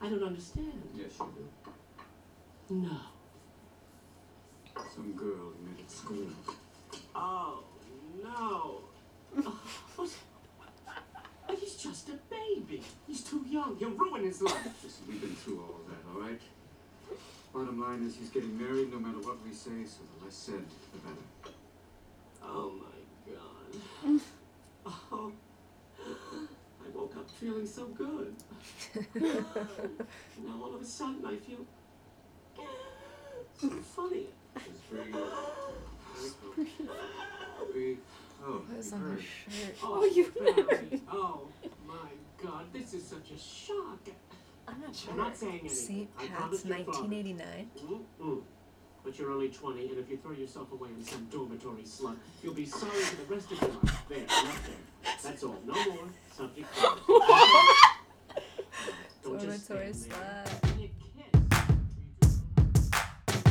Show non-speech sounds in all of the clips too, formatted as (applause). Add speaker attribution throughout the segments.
Speaker 1: I don't understand.
Speaker 2: Yes, you do.
Speaker 1: No.
Speaker 2: Some girl you met at school.
Speaker 1: Oh, (laughs) no. Oh, What? He's just a baby. He's too young. You'll ruin his life.
Speaker 2: Listen, we've been through all of that, all right? Bottom line is he's getting married no matter what we say, so the less said, the better.
Speaker 1: Oh my god. (laughs) oh, I woke up feeling so (laughs) good. now all of a sudden I feel so (gasps) funny. Oh,
Speaker 2: It's pretty good. Pretty- Oh,
Speaker 3: What is
Speaker 2: you
Speaker 3: on her
Speaker 2: heard.
Speaker 3: shirt?
Speaker 1: Oh,
Speaker 4: you
Speaker 1: (laughs) Barry. Oh my god, this is such a shock.
Speaker 3: I'm not
Speaker 1: I'm not
Speaker 3: sure.
Speaker 1: saying anything.
Speaker 3: St.
Speaker 1: I
Speaker 3: Pat's
Speaker 1: promised your father.
Speaker 3: 1989.
Speaker 1: Mm-mm. But you're only 20, and if you throw yourself away in some dormitory slum, you'll be sorry for the rest of your life. There, not there. That's all. No more. Subject
Speaker 3: (laughs)
Speaker 1: closed. Don't just
Speaker 3: Dormitory
Speaker 1: stand there.
Speaker 3: slut.
Speaker 1: Give me a kiss.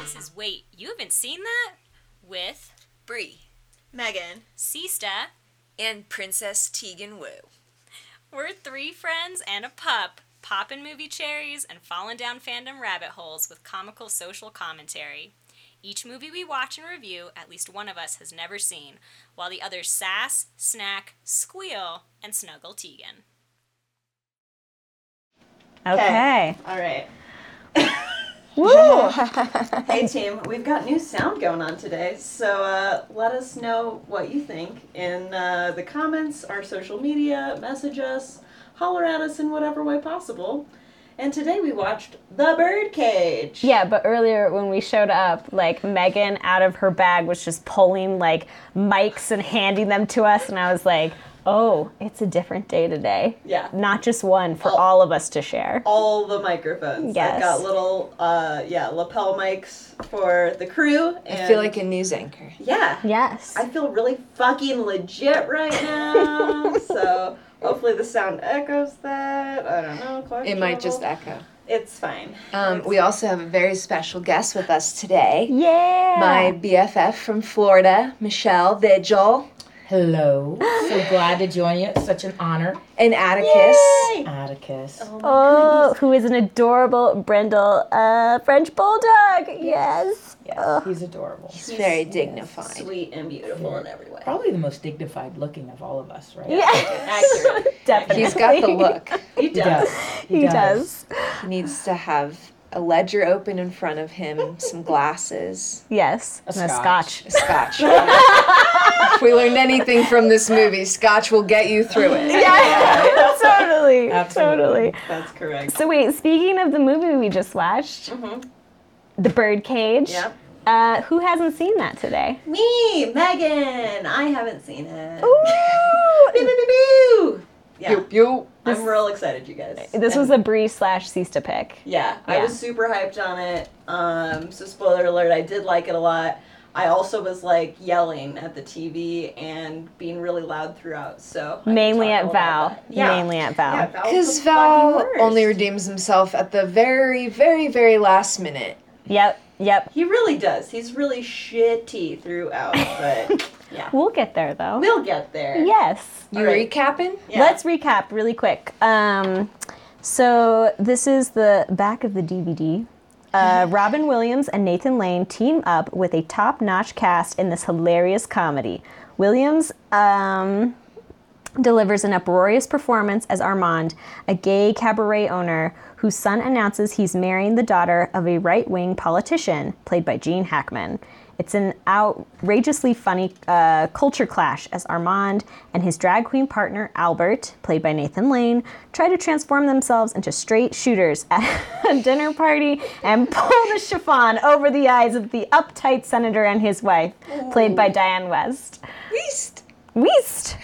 Speaker 4: This is Wait, You Haven't Seen That? With
Speaker 5: Bree,
Speaker 4: Megan, Sista.
Speaker 5: and Princess Tegan Wu.
Speaker 4: We're three friends and a pup, popping movie cherries and falling down fandom rabbit holes with comical social commentary. Each movie we watch and review, at least one of us has never seen, while the others sass, snack, squeal, and snuggle Tegan.
Speaker 6: Okay.
Speaker 3: (laughs)
Speaker 7: All right.
Speaker 6: Woo!
Speaker 7: Hey, team, we've got new sound going on today, so uh, let us know what you think in uh, the comments, our social media, message us, holler at us in whatever way possible. And today we watched The Birdcage.
Speaker 6: Yeah, but earlier when we showed up, like Megan out of her bag was just pulling like mics and handing them to us, and I was like, "Oh, it's a different day today.
Speaker 7: Yeah.
Speaker 6: Not just one for all of us to share."
Speaker 7: All the microphones.
Speaker 6: Yes.
Speaker 7: I've got little, uh, yeah, lapel mics for the crew. And
Speaker 3: I feel like a news anchor.
Speaker 7: yeah,
Speaker 6: Yes.
Speaker 7: I feel really fucking legit right
Speaker 3: (laughs)
Speaker 7: now. so hopefully the sound echoes that. I don't know. quite
Speaker 3: It might just
Speaker 7: trouble.
Speaker 3: echo.
Speaker 7: It's fine.
Speaker 3: Um, we also have a very special guest with us today.
Speaker 6: yeah.
Speaker 3: My BFF from Florida, Michelle Vigil,
Speaker 6: (gasps)
Speaker 8: Hello. So glad to join you. It's such an
Speaker 6: (laughs)
Speaker 8: honor.
Speaker 3: and Atticus.
Speaker 8: Atticus.
Speaker 6: oh, who is an adorable brindle uh, French bulldog? Yes. Oh.
Speaker 8: Yes, he's adorable.
Speaker 3: He's very dignified.
Speaker 7: Sweet and beautiful in every way.
Speaker 8: Probably the most dignified looking of all of us, right?
Speaker 6: Yes. (laughs) Definitely.
Speaker 3: He's got the look.
Speaker 7: He
Speaker 8: He
Speaker 7: does.
Speaker 8: does.
Speaker 6: He does.
Speaker 3: He needs to have a ledger open in front of him, some glasses,
Speaker 6: Yes.
Speaker 8: A
Speaker 6: and a
Speaker 8: scotch.
Speaker 3: (laughs)
Speaker 6: scotch.
Speaker 3: a scotch. if we learned anything from this movie, scotch will get you through it.
Speaker 6: Yeah, (laughs) totally.
Speaker 8: Absolutely.
Speaker 6: Totally.
Speaker 7: That's correct. Mm-hmm.
Speaker 6: So wait, speaking of the movie we just watched, The Birdcage.
Speaker 7: Yep.
Speaker 6: Uh, who hasn't seen that
Speaker 7: (laughs)
Speaker 6: today?
Speaker 7: Me, Megan. I haven't seen it. Boo,
Speaker 6: Ooh!
Speaker 7: boo, boo, boo. Yeah.
Speaker 3: You, you.
Speaker 7: I'm real excited, you guys.
Speaker 6: (laughs) this was a Bree slash Sista pick.
Speaker 7: Yeah, I
Speaker 6: Yeah.
Speaker 7: was super hyped on it. Um, so spoiler alert, I did like it a lot. I also was like yelling at the TV and being really loud throughout. So I can
Speaker 6: Mainly
Speaker 7: talk
Speaker 6: at
Speaker 7: all about
Speaker 6: Val.
Speaker 7: that. Yeah.
Speaker 6: Mainly at Val.
Speaker 7: Yeah, Val's
Speaker 3: Because
Speaker 7: the
Speaker 3: Val
Speaker 7: fucking worst.
Speaker 3: only redeems himself at the very, very, very last minute.
Speaker 6: Yep, yep.
Speaker 7: he really does. He's really shitty throughout,
Speaker 3: (laughs)
Speaker 7: but
Speaker 6: We'll get there though.
Speaker 7: we'll get there.
Speaker 6: Yes.
Speaker 3: You
Speaker 7: All right.
Speaker 3: recapping?
Speaker 7: Yeah.
Speaker 6: Let's recap really quick. Um, so this is the back of the DVD. Uh, Robin Williams and Nathan Lane team up with a top-notch cast in this hilarious comedy. Williams um, delivers an uproarious performance as Armand, a gay cabaret owner whose son announces he's marrying the daughter of a right wing politician, played by Gene Hackman. It's an outrageously funny uh, culture clash as Armand and his drag queen partner Albert, played by Nathan Lane, try to transform themselves into straight shooters at a dinner party and pull the chiffon over the eyes of the uptight senator and his wife, played by Diane West.
Speaker 3: Least.
Speaker 6: Weast.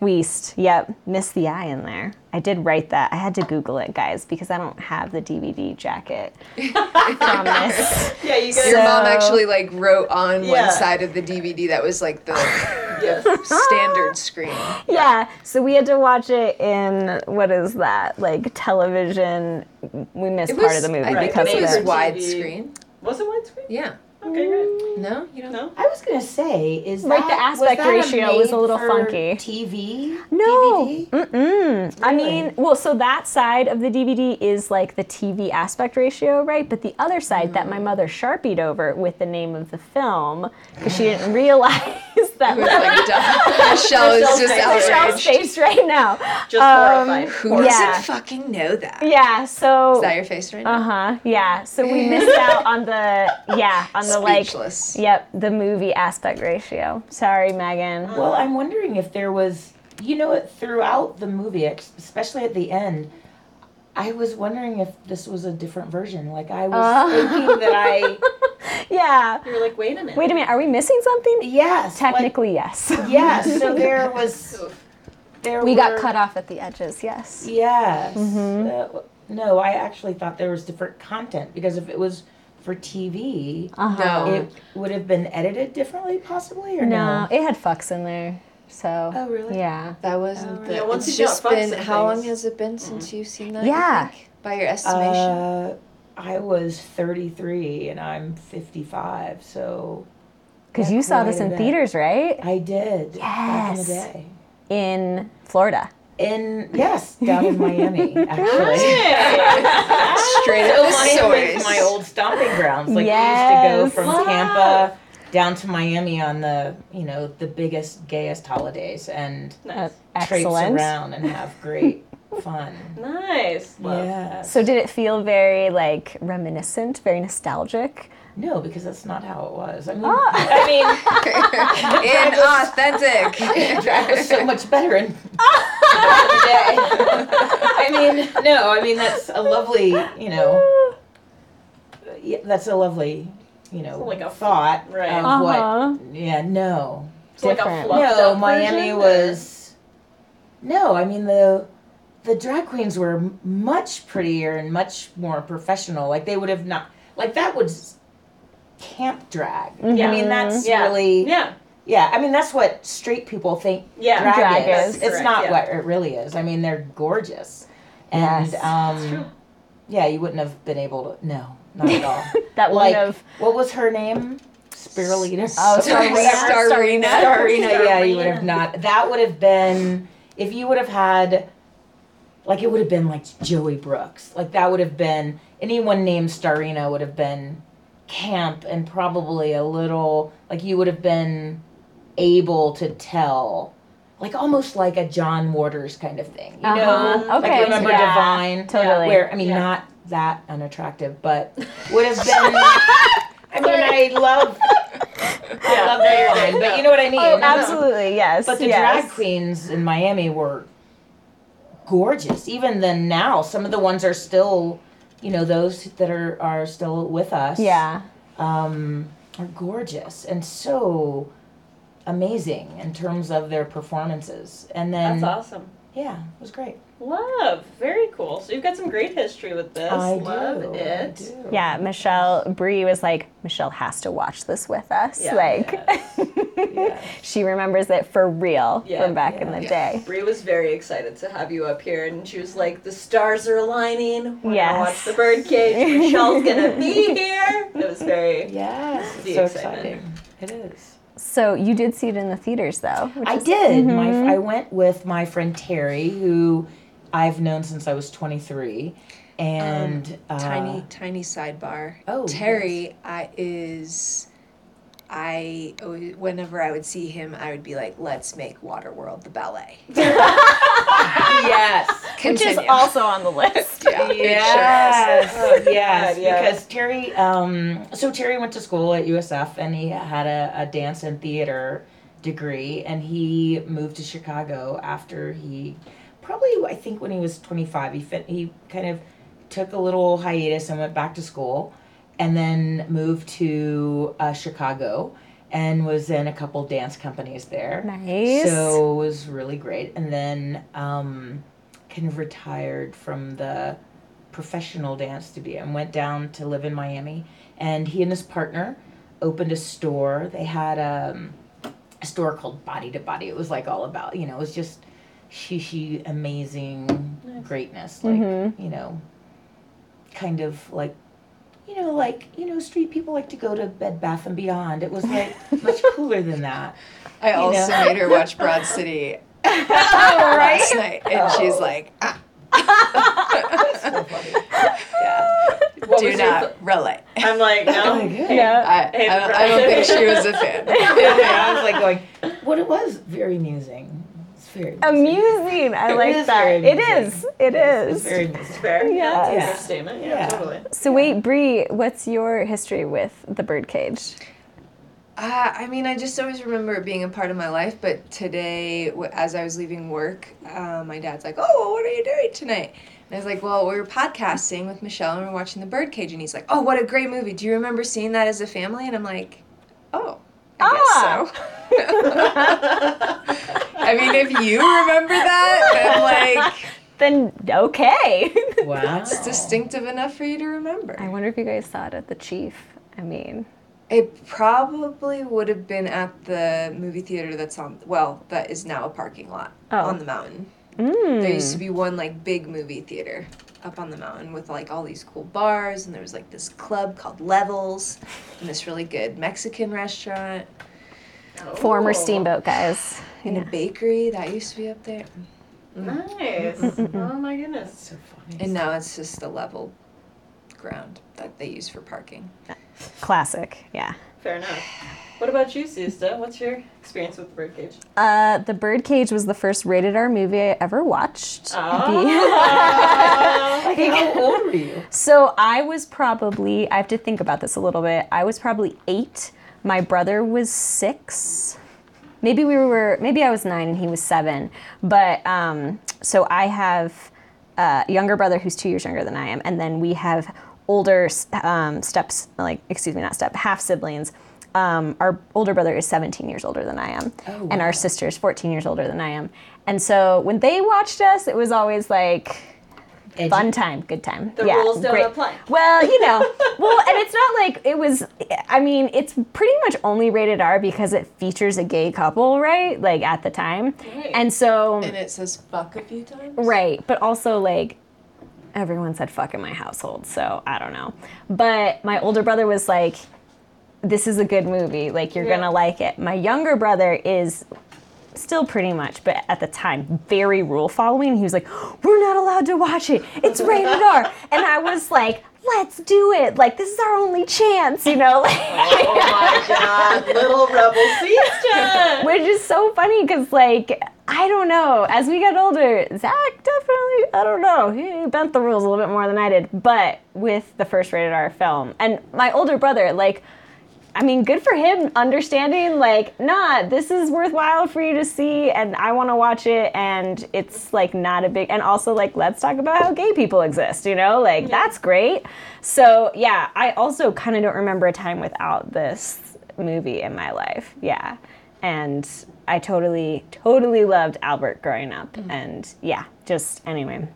Speaker 6: Weast. Yep. Missed the I in there. I did write that. I had to Google it, guys, because I don't have the
Speaker 3: (laughs)
Speaker 6: DVD jacket from this.
Speaker 7: Yeah, you guys.
Speaker 3: Your mom actually like wrote on
Speaker 7: Yeah.
Speaker 3: one side of the DVD that was like the
Speaker 9: Yes.
Speaker 3: standard screen.
Speaker 6: yeah. So we had to watch it in what is that like television? We missed
Speaker 3: It
Speaker 6: part
Speaker 3: was-
Speaker 6: of the movie
Speaker 3: I
Speaker 6: because
Speaker 3: think it
Speaker 6: of
Speaker 3: was
Speaker 6: it.
Speaker 9: Favorite
Speaker 3: widescreen.
Speaker 9: Was it widescreen?
Speaker 3: Yeah.
Speaker 9: Okay, great.
Speaker 3: No, you don't.
Speaker 9: No.
Speaker 10: I was gonna say, is
Speaker 6: Like, the
Speaker 10: that- was
Speaker 6: aspect
Speaker 10: that a
Speaker 6: ratio was a little
Speaker 10: made for
Speaker 6: funky.
Speaker 10: TV,
Speaker 6: No.
Speaker 10: DVD?
Speaker 6: Mm-mm. Mm. I mean, well, so that side of the DVD is like the TV aspect ratio, right? But the other side that my
Speaker 3: Mm.
Speaker 6: mother sharpied over with the name of the film because she didn't (laughs) realize that.
Speaker 3: It was (laughs) like done. Michelle is just
Speaker 6: (laughs) Michelle's
Speaker 3: outraged.
Speaker 6: face right now.
Speaker 9: Just
Speaker 6: Um,
Speaker 9: horrified.
Speaker 7: (laughs)
Speaker 3: Who
Speaker 6: Yeah.
Speaker 3: is
Speaker 6: Is
Speaker 11: Doesn't fucking know that.
Speaker 6: Yeah. So.
Speaker 3: that your face right
Speaker 6: Uh
Speaker 3: now?
Speaker 6: huh. Yeah. So
Speaker 8: (laughs)
Speaker 6: we missed out on the yeah on the
Speaker 3: Speechless.
Speaker 6: like yep the movie aspect ratio. Sorry, Megan.
Speaker 8: Well, I'm wondering if there was, you know, what, throughout the movie, ex- especially at the end, I was wondering if this was a different version. Like I was
Speaker 6: Uh.
Speaker 8: thinking that I
Speaker 6: Yeah.
Speaker 9: You're like, wait a minute.
Speaker 7: (laughs)
Speaker 6: Wait a minute. Are we missing something?
Speaker 8: yes,
Speaker 6: Technically,
Speaker 8: (laughs)
Speaker 6: yes.
Speaker 8: Like, yes. So there was there
Speaker 6: We
Speaker 8: were-
Speaker 6: got cut off at the edges. Yes.
Speaker 8: Yes. Uh, no, I actually thought there was different content because if it was for TV,
Speaker 6: Uh-huh.
Speaker 3: No.
Speaker 8: it would have been edited differently, possibly or
Speaker 6: No,
Speaker 8: Uh. no.
Speaker 6: it had fucks in there. So.
Speaker 8: Oh, really?
Speaker 6: Yeah.
Speaker 3: That wasn't the.
Speaker 9: Yeah, once
Speaker 3: it's
Speaker 9: you
Speaker 3: just
Speaker 9: got fucks
Speaker 3: been.
Speaker 9: and
Speaker 3: How long
Speaker 9: things.
Speaker 3: has it been since you've seen that?
Speaker 6: Mm-hmm. Yeah.
Speaker 3: You think? By your estimation.
Speaker 8: Uh, I was 33 and I'm 55, so
Speaker 6: Because
Speaker 8: Yeah,
Speaker 6: you saw this
Speaker 8: quite a
Speaker 6: in
Speaker 8: bit.
Speaker 6: theaters, right?
Speaker 8: I did back in the
Speaker 6: Yes.
Speaker 8: day.
Speaker 6: In Florida.
Speaker 8: In yes, down in (laughs) Miami, actually.
Speaker 3: Straight up the
Speaker 8: Miami's
Speaker 3: source.
Speaker 8: my
Speaker 6: (laughs)
Speaker 8: old stomping grounds. Like we
Speaker 6: Yes.
Speaker 8: used to go from Tampa down to Miami on the you know the biggest gayest holidays and
Speaker 9: Nice.
Speaker 6: Excellent.
Speaker 8: traipse around and have great fun.
Speaker 9: nice. Love.
Speaker 7: (laughs)
Speaker 8: Yeah.
Speaker 6: So did it feel very like reminiscent, very nostalgic? (laughs)
Speaker 8: No, because that's not how it was. I mean,
Speaker 6: Oh.
Speaker 8: (laughs) I mean,
Speaker 6: (laughs)
Speaker 3: Inauthentic.
Speaker 8: drag was so much better in. I mean, no, I mean that's a lovely, you know, yeah, that's a lovely, you know,
Speaker 9: Like a-
Speaker 8: thought
Speaker 9: right.
Speaker 8: (laughs) of
Speaker 6: Uh-huh.
Speaker 8: what. Yeah, no,
Speaker 9: It's like a
Speaker 6: Different.
Speaker 9: fluffed
Speaker 8: no,
Speaker 9: up
Speaker 8: Miami
Speaker 9: version,
Speaker 8: was. No, I mean the the drag queens were m- much prettier and much more professional. Like they would have not like that was camp drag. I mean that's
Speaker 9: Yeah.
Speaker 8: really
Speaker 9: Yeah.
Speaker 8: yeah, I mean that's what straight people think
Speaker 9: Yeah.
Speaker 8: drag,
Speaker 6: Drag is,
Speaker 8: is. It's
Speaker 9: correct,
Speaker 8: not
Speaker 9: yeah.
Speaker 8: what it really is. I mean they're gorgeous, and
Speaker 6: Yes.
Speaker 8: um, yeah, you wouldn't have been able to. No, not at (laughs) all.
Speaker 6: That
Speaker 8: like
Speaker 6: would have
Speaker 8: what was her name? Spirulina.
Speaker 6: Oh,
Speaker 8: Sorry,
Speaker 6: Starina.
Speaker 3: Starina.
Speaker 8: Starina. Yeah, you would have not. That would have been if you would have had. Like it would have been like Joey Brooks. Like that would have been anyone named Starina would have been camp and probably a little like you would have been able to tell like almost like a John Waters kind of thing. You know?
Speaker 6: Uh-huh. Okay,
Speaker 8: Like remember
Speaker 6: yeah,
Speaker 8: Divine?
Speaker 6: totally.
Speaker 8: Where I mean
Speaker 9: Yeah.
Speaker 8: not that unattractive, but would
Speaker 6: (laughs)
Speaker 8: have been I mean I love I love Divine, but you know what I
Speaker 6: (laughs)
Speaker 8: mean?
Speaker 6: Oh, absolutely, yes.
Speaker 8: But the
Speaker 6: yes.
Speaker 8: drag queens in Miami were gorgeous. Even then now, some of the ones are still you know, those that are, are still with us
Speaker 6: Yeah.
Speaker 8: um, are gorgeous and so amazing in terms of their performances. And then,
Speaker 9: That's awesome.
Speaker 8: yeah, it was great.
Speaker 9: Love. Very cool. So you've got some great history with this.
Speaker 8: I
Speaker 9: Love
Speaker 8: do.
Speaker 9: it.
Speaker 8: I do.
Speaker 6: Yeah, Michelle Bree was like, Michelle has to watch this with us.
Speaker 9: Yeah.
Speaker 6: like
Speaker 8: Yes.
Speaker 6: (laughs) she remembers it for real
Speaker 9: Yeah,
Speaker 6: from back in the day.
Speaker 9: Bree was very excited to have you up here, and she was like, "The stars are aligning. We're
Speaker 6: Yes.
Speaker 9: gonna watch the birdcage. Michelle's
Speaker 8: (laughs)
Speaker 9: gonna be here." It was (laughs) very.
Speaker 8: Yes,
Speaker 9: The
Speaker 8: it's so
Speaker 9: excitement.
Speaker 8: exciting. It is.
Speaker 6: So you did see it in the theaters though. which
Speaker 8: I
Speaker 6: is-
Speaker 8: did. My, I went with my friend Terry, who I've known since I was 23. And uh,
Speaker 3: Um, tiny, tiny sidebar.
Speaker 8: Oh,
Speaker 3: Terry, I is. I always, whenever I would see him, I would be like, "Let's make Waterworld the ballet."
Speaker 8: yes.
Speaker 6: Which is
Speaker 3: Continue.
Speaker 6: also on the list.
Speaker 3: (laughs) yeah,
Speaker 8: Yes, yes,
Speaker 9: God, yeah.
Speaker 8: because Terry. Um, so Terry went to school at USF, and he had a, a dance and theater degree, and he moved to Chicago after he, probably I think when he was twenty five, he fit, he kind of took a little hiatus and went back to school, and then moved to uh, Chicago. And was in a couple dance companies there.
Speaker 6: Nice.
Speaker 8: So it was really great. And then um, kind of retired from the professional dance studio and went down to live in Miami. And he and his partner opened a store. They had um, a store called Body to Body. It was like all about, you know, it was just she she amazing greatness. Like,
Speaker 6: Mhm.
Speaker 8: you know, kind of like you know, like, you know, street people like to go to Bed Bath and Beyond. It was like much cooler than that.
Speaker 3: I also
Speaker 8: know.
Speaker 3: made her watch Broad City (laughs)
Speaker 8: right?
Speaker 3: last night, and she's
Speaker 6: Oh.
Speaker 3: like, ah,
Speaker 8: What
Speaker 3: "Do
Speaker 8: was your
Speaker 3: not
Speaker 6: (laughs)
Speaker 3: relate."
Speaker 9: I'm
Speaker 8: (laughs)
Speaker 9: like, no.
Speaker 8: Okay.
Speaker 6: Yeah.
Speaker 9: (laughs)
Speaker 3: I, I, don't, I don't think she was a
Speaker 8: (laughs)
Speaker 3: fan.
Speaker 8: I was like going, what it was, very amusing. It's very
Speaker 6: Amusing. I
Speaker 8: It
Speaker 6: like
Speaker 8: is
Speaker 6: that.
Speaker 8: very
Speaker 6: It
Speaker 8: amusing.
Speaker 6: is. It
Speaker 8: It's
Speaker 6: is.
Speaker 8: very amusing. (laughs)
Speaker 9: Fair.
Speaker 6: Yes.
Speaker 9: Yeah. That's a fair statement. Yeah,
Speaker 8: Yeah.
Speaker 9: totally.
Speaker 6: So wait, Bree, what's your history with the birdcage?
Speaker 3: Uh, I mean, I just always remember it being a part of my life. But today, w- as I was leaving work, uh, my dad's like, "Oh, well, what are you doing tonight?" And I was like, "Well, we were podcasting with Michelle, and we we're watching The Birdcage." And he's like, "Oh, what a great movie! Do you remember seeing that as a family?" And I'm like, "Oh, I guess so." (laughs) I mean, if you remember that, then like
Speaker 6: Then
Speaker 8: (laughs)
Speaker 6: okay.
Speaker 8: Wow.
Speaker 3: it's distinctive enough for you to remember.
Speaker 6: I wonder if you guys saw it at the Chief. I mean,
Speaker 3: It probably would have been at the movie theater that's on, well, that is now a parking lot
Speaker 6: Oh.
Speaker 3: on the mountain. There used to
Speaker 6: Hmm.
Speaker 3: be one like big movie theater up on the mountain with like all these cool bars, and there was like this club called Levels and this really good Mexican restaurant
Speaker 8: (laughs)
Speaker 6: former Steamboat guys.
Speaker 3: and a bakery that used to be up there.
Speaker 9: Nice. oh my goodness.
Speaker 8: so funny.
Speaker 3: And now it's just the level ground that they use for parking.
Speaker 6: Classic. Yeah.
Speaker 9: Fair enough. What about you, Sista? What's your experience with the birdcage?
Speaker 6: Uh, the Birdcage was the first rated R movie I ever watched. (laughs)
Speaker 9: Oh.
Speaker 8: Like, how old
Speaker 3: (laughs)
Speaker 8: were you?
Speaker 6: So I was probably, I have to think about this a little bit. I was probably eight. My brother was six. Maybe we were, maybe I was nine and he was seven. But um, so I have a younger brother who's two years younger than I am. And then we have older s- um, steps, like, excuse me, not step, half siblings. Um, our older brother is 17 years older than I am.
Speaker 9: Oh,
Speaker 6: And our sister is 14 years older than I am. And so when they watched us, it was always like,
Speaker 8: Edgy.
Speaker 6: fun time, good time.
Speaker 9: The rules don't apply.
Speaker 3: (laughs)
Speaker 6: Well, you know, well, and it's not like it was. I mean, it's pretty much only rated R because it features a gay couple, right? Like at the time,
Speaker 9: Right.
Speaker 6: and so
Speaker 3: And it says fuck a few times.
Speaker 6: right, but also like everyone said fuck in my household, so I don't know. But my older brother was like, "This is a good movie. Like you're gonna like it." My younger brother is still pretty much, but at the time, very rule following. He was like, We're not allowed to watch it. It's rated R. And I was like, Let's do it. Like, this is our only chance, you know? (laughs) Like,
Speaker 9: Oh my god, little rebel Sista!
Speaker 6: which is so funny because, like, I don't know. As we got older, Zach definitely, I don't know, he bent the rules a little bit more than I did. But with the first rated R film, and my older brother, like, I mean, good for him understanding, like, nah, this is worthwhile for you to see, and I want to watch it, and it's like not a big, and also, like, let's talk about how gay people exist, you know? Like, that's great. So, yeah, I also kind of don't remember a time without this movie in my life. Yeah. And I totally, totally loved Albert growing up, and yeah, just anyway.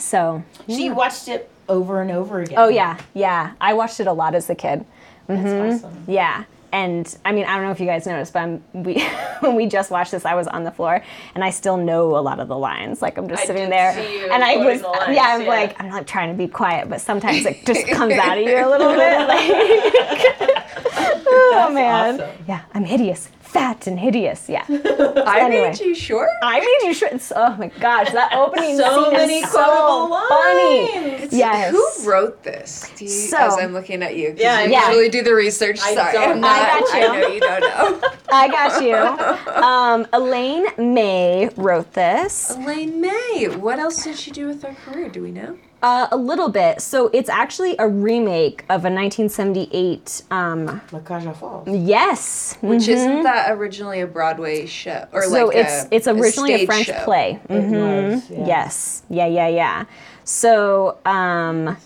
Speaker 6: So,
Speaker 8: So you watched it over and over again.
Speaker 6: oh, yeah, yeah, I watched it a lot as a kid.
Speaker 8: That's awesome.
Speaker 6: Yeah. And I mean, I don't know if you guys noticed, but I'm, we, (laughs) when we just watched this, I was on the floor and I still know a lot of the lines. Like I'm just
Speaker 9: I
Speaker 6: sitting
Speaker 9: did
Speaker 6: there,
Speaker 9: see you
Speaker 6: and I
Speaker 9: quoting
Speaker 6: was,
Speaker 9: the lines,
Speaker 6: yeah, I'm
Speaker 9: yeah.
Speaker 6: like, I'm not trying to be quiet, but sometimes it just comes out of you a
Speaker 9: (laughs)
Speaker 6: little bit. Like, (laughs) oh man,
Speaker 8: awesome.
Speaker 6: yeah, I'm hideous, fat and
Speaker 9: (laughs)
Speaker 6: hideous. Yeah,
Speaker 3: I
Speaker 6: Anyway.
Speaker 3: made you short.
Speaker 6: I made you sure. it's- Oh my gosh, that opening
Speaker 9: (laughs) So
Speaker 6: scene
Speaker 9: many
Speaker 6: is
Speaker 9: quotable
Speaker 6: so funny.
Speaker 9: lines.
Speaker 6: Yes.
Speaker 3: Who wrote this? Do you,
Speaker 6: So-
Speaker 3: as I'm looking at you, 'cause
Speaker 9: Yeah,
Speaker 3: you
Speaker 6: yeah.
Speaker 3: usually do the research.
Speaker 9: I
Speaker 3: Sorry,
Speaker 9: don't
Speaker 3: I'm
Speaker 9: know.
Speaker 3: not.
Speaker 6: I got you.
Speaker 3: know you don't know. (laughs)
Speaker 6: I got you. Um, Elaine May wrote this.
Speaker 3: Elaine May. What else did she do with her career? Do we know?
Speaker 6: Uh, a little bit. So it's actually a remake of a 1978. Um,
Speaker 8: La Caja Falls.
Speaker 6: yes, mm-hmm.
Speaker 3: Which isn't that originally a Broadway show or
Speaker 6: so
Speaker 3: like
Speaker 6: it's
Speaker 3: a,
Speaker 6: it's originally a,
Speaker 3: stage
Speaker 6: French
Speaker 3: show.
Speaker 6: play. Mhm.
Speaker 8: was, Mm-hmm. yeah.
Speaker 6: Yes. Yeah. Yeah. Yeah. So um,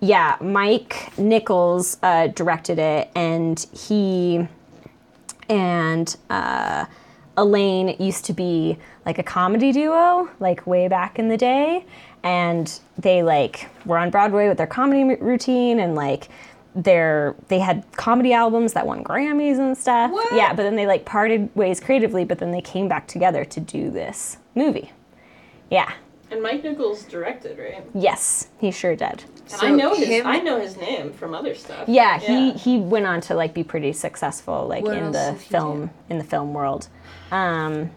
Speaker 6: yeah, Mike Nichols uh, directed it, and he and uh, Elaine used to be like a comedy duo, like way back in the day, and they like were on Broadway with their comedy m- routine, and like their they had comedy albums that won Grammys and stuff.
Speaker 7: What?
Speaker 6: Yeah, but then they like parted ways creatively, but then they came back together to do this movie. Yeah.
Speaker 7: And Mike Nichols directed, right?
Speaker 6: Yes, he sure did.
Speaker 7: And
Speaker 3: So
Speaker 7: I know his
Speaker 3: him-
Speaker 7: I know his name from other stuff.
Speaker 6: Yeah, he he went on to like be pretty successful like
Speaker 3: What
Speaker 6: in
Speaker 3: else
Speaker 6: the
Speaker 3: did he
Speaker 6: film in the film world. Um,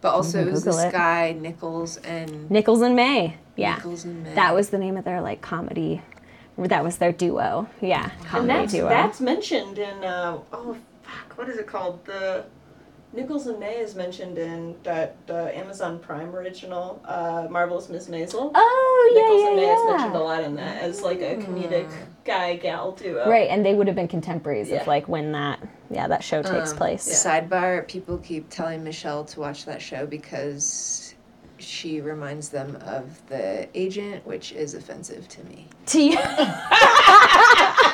Speaker 3: But also, it was
Speaker 6: Google
Speaker 3: this
Speaker 6: it.
Speaker 3: guy, Nichols and
Speaker 6: Nichols and May. Yeah.
Speaker 3: Nichols and May.
Speaker 6: That was the name of their like comedy. That was their duo. Yeah,
Speaker 7: And
Speaker 6: comedy
Speaker 7: that's
Speaker 6: duo.
Speaker 7: that's mentioned in uh, oh fuck, what is it called? The Nichols and May is mentioned in that uh, Amazon Prime original, uh, Marvelous Miss Maisel.
Speaker 6: oh yeah,
Speaker 7: Nichols
Speaker 6: yeah,
Speaker 7: and May is
Speaker 6: yeah.
Speaker 7: mentioned a lot in that as like
Speaker 3: Hmm.
Speaker 7: a comedic guy gal duo.
Speaker 6: Right, and they would have been contemporaries
Speaker 7: Yeah.
Speaker 6: of like when that yeah that show takes
Speaker 3: Um,
Speaker 6: place.
Speaker 3: Sidebar: People keep telling Michelle to watch that show because she reminds them of the agent, which is offensive to me.
Speaker 6: (laughs) To you,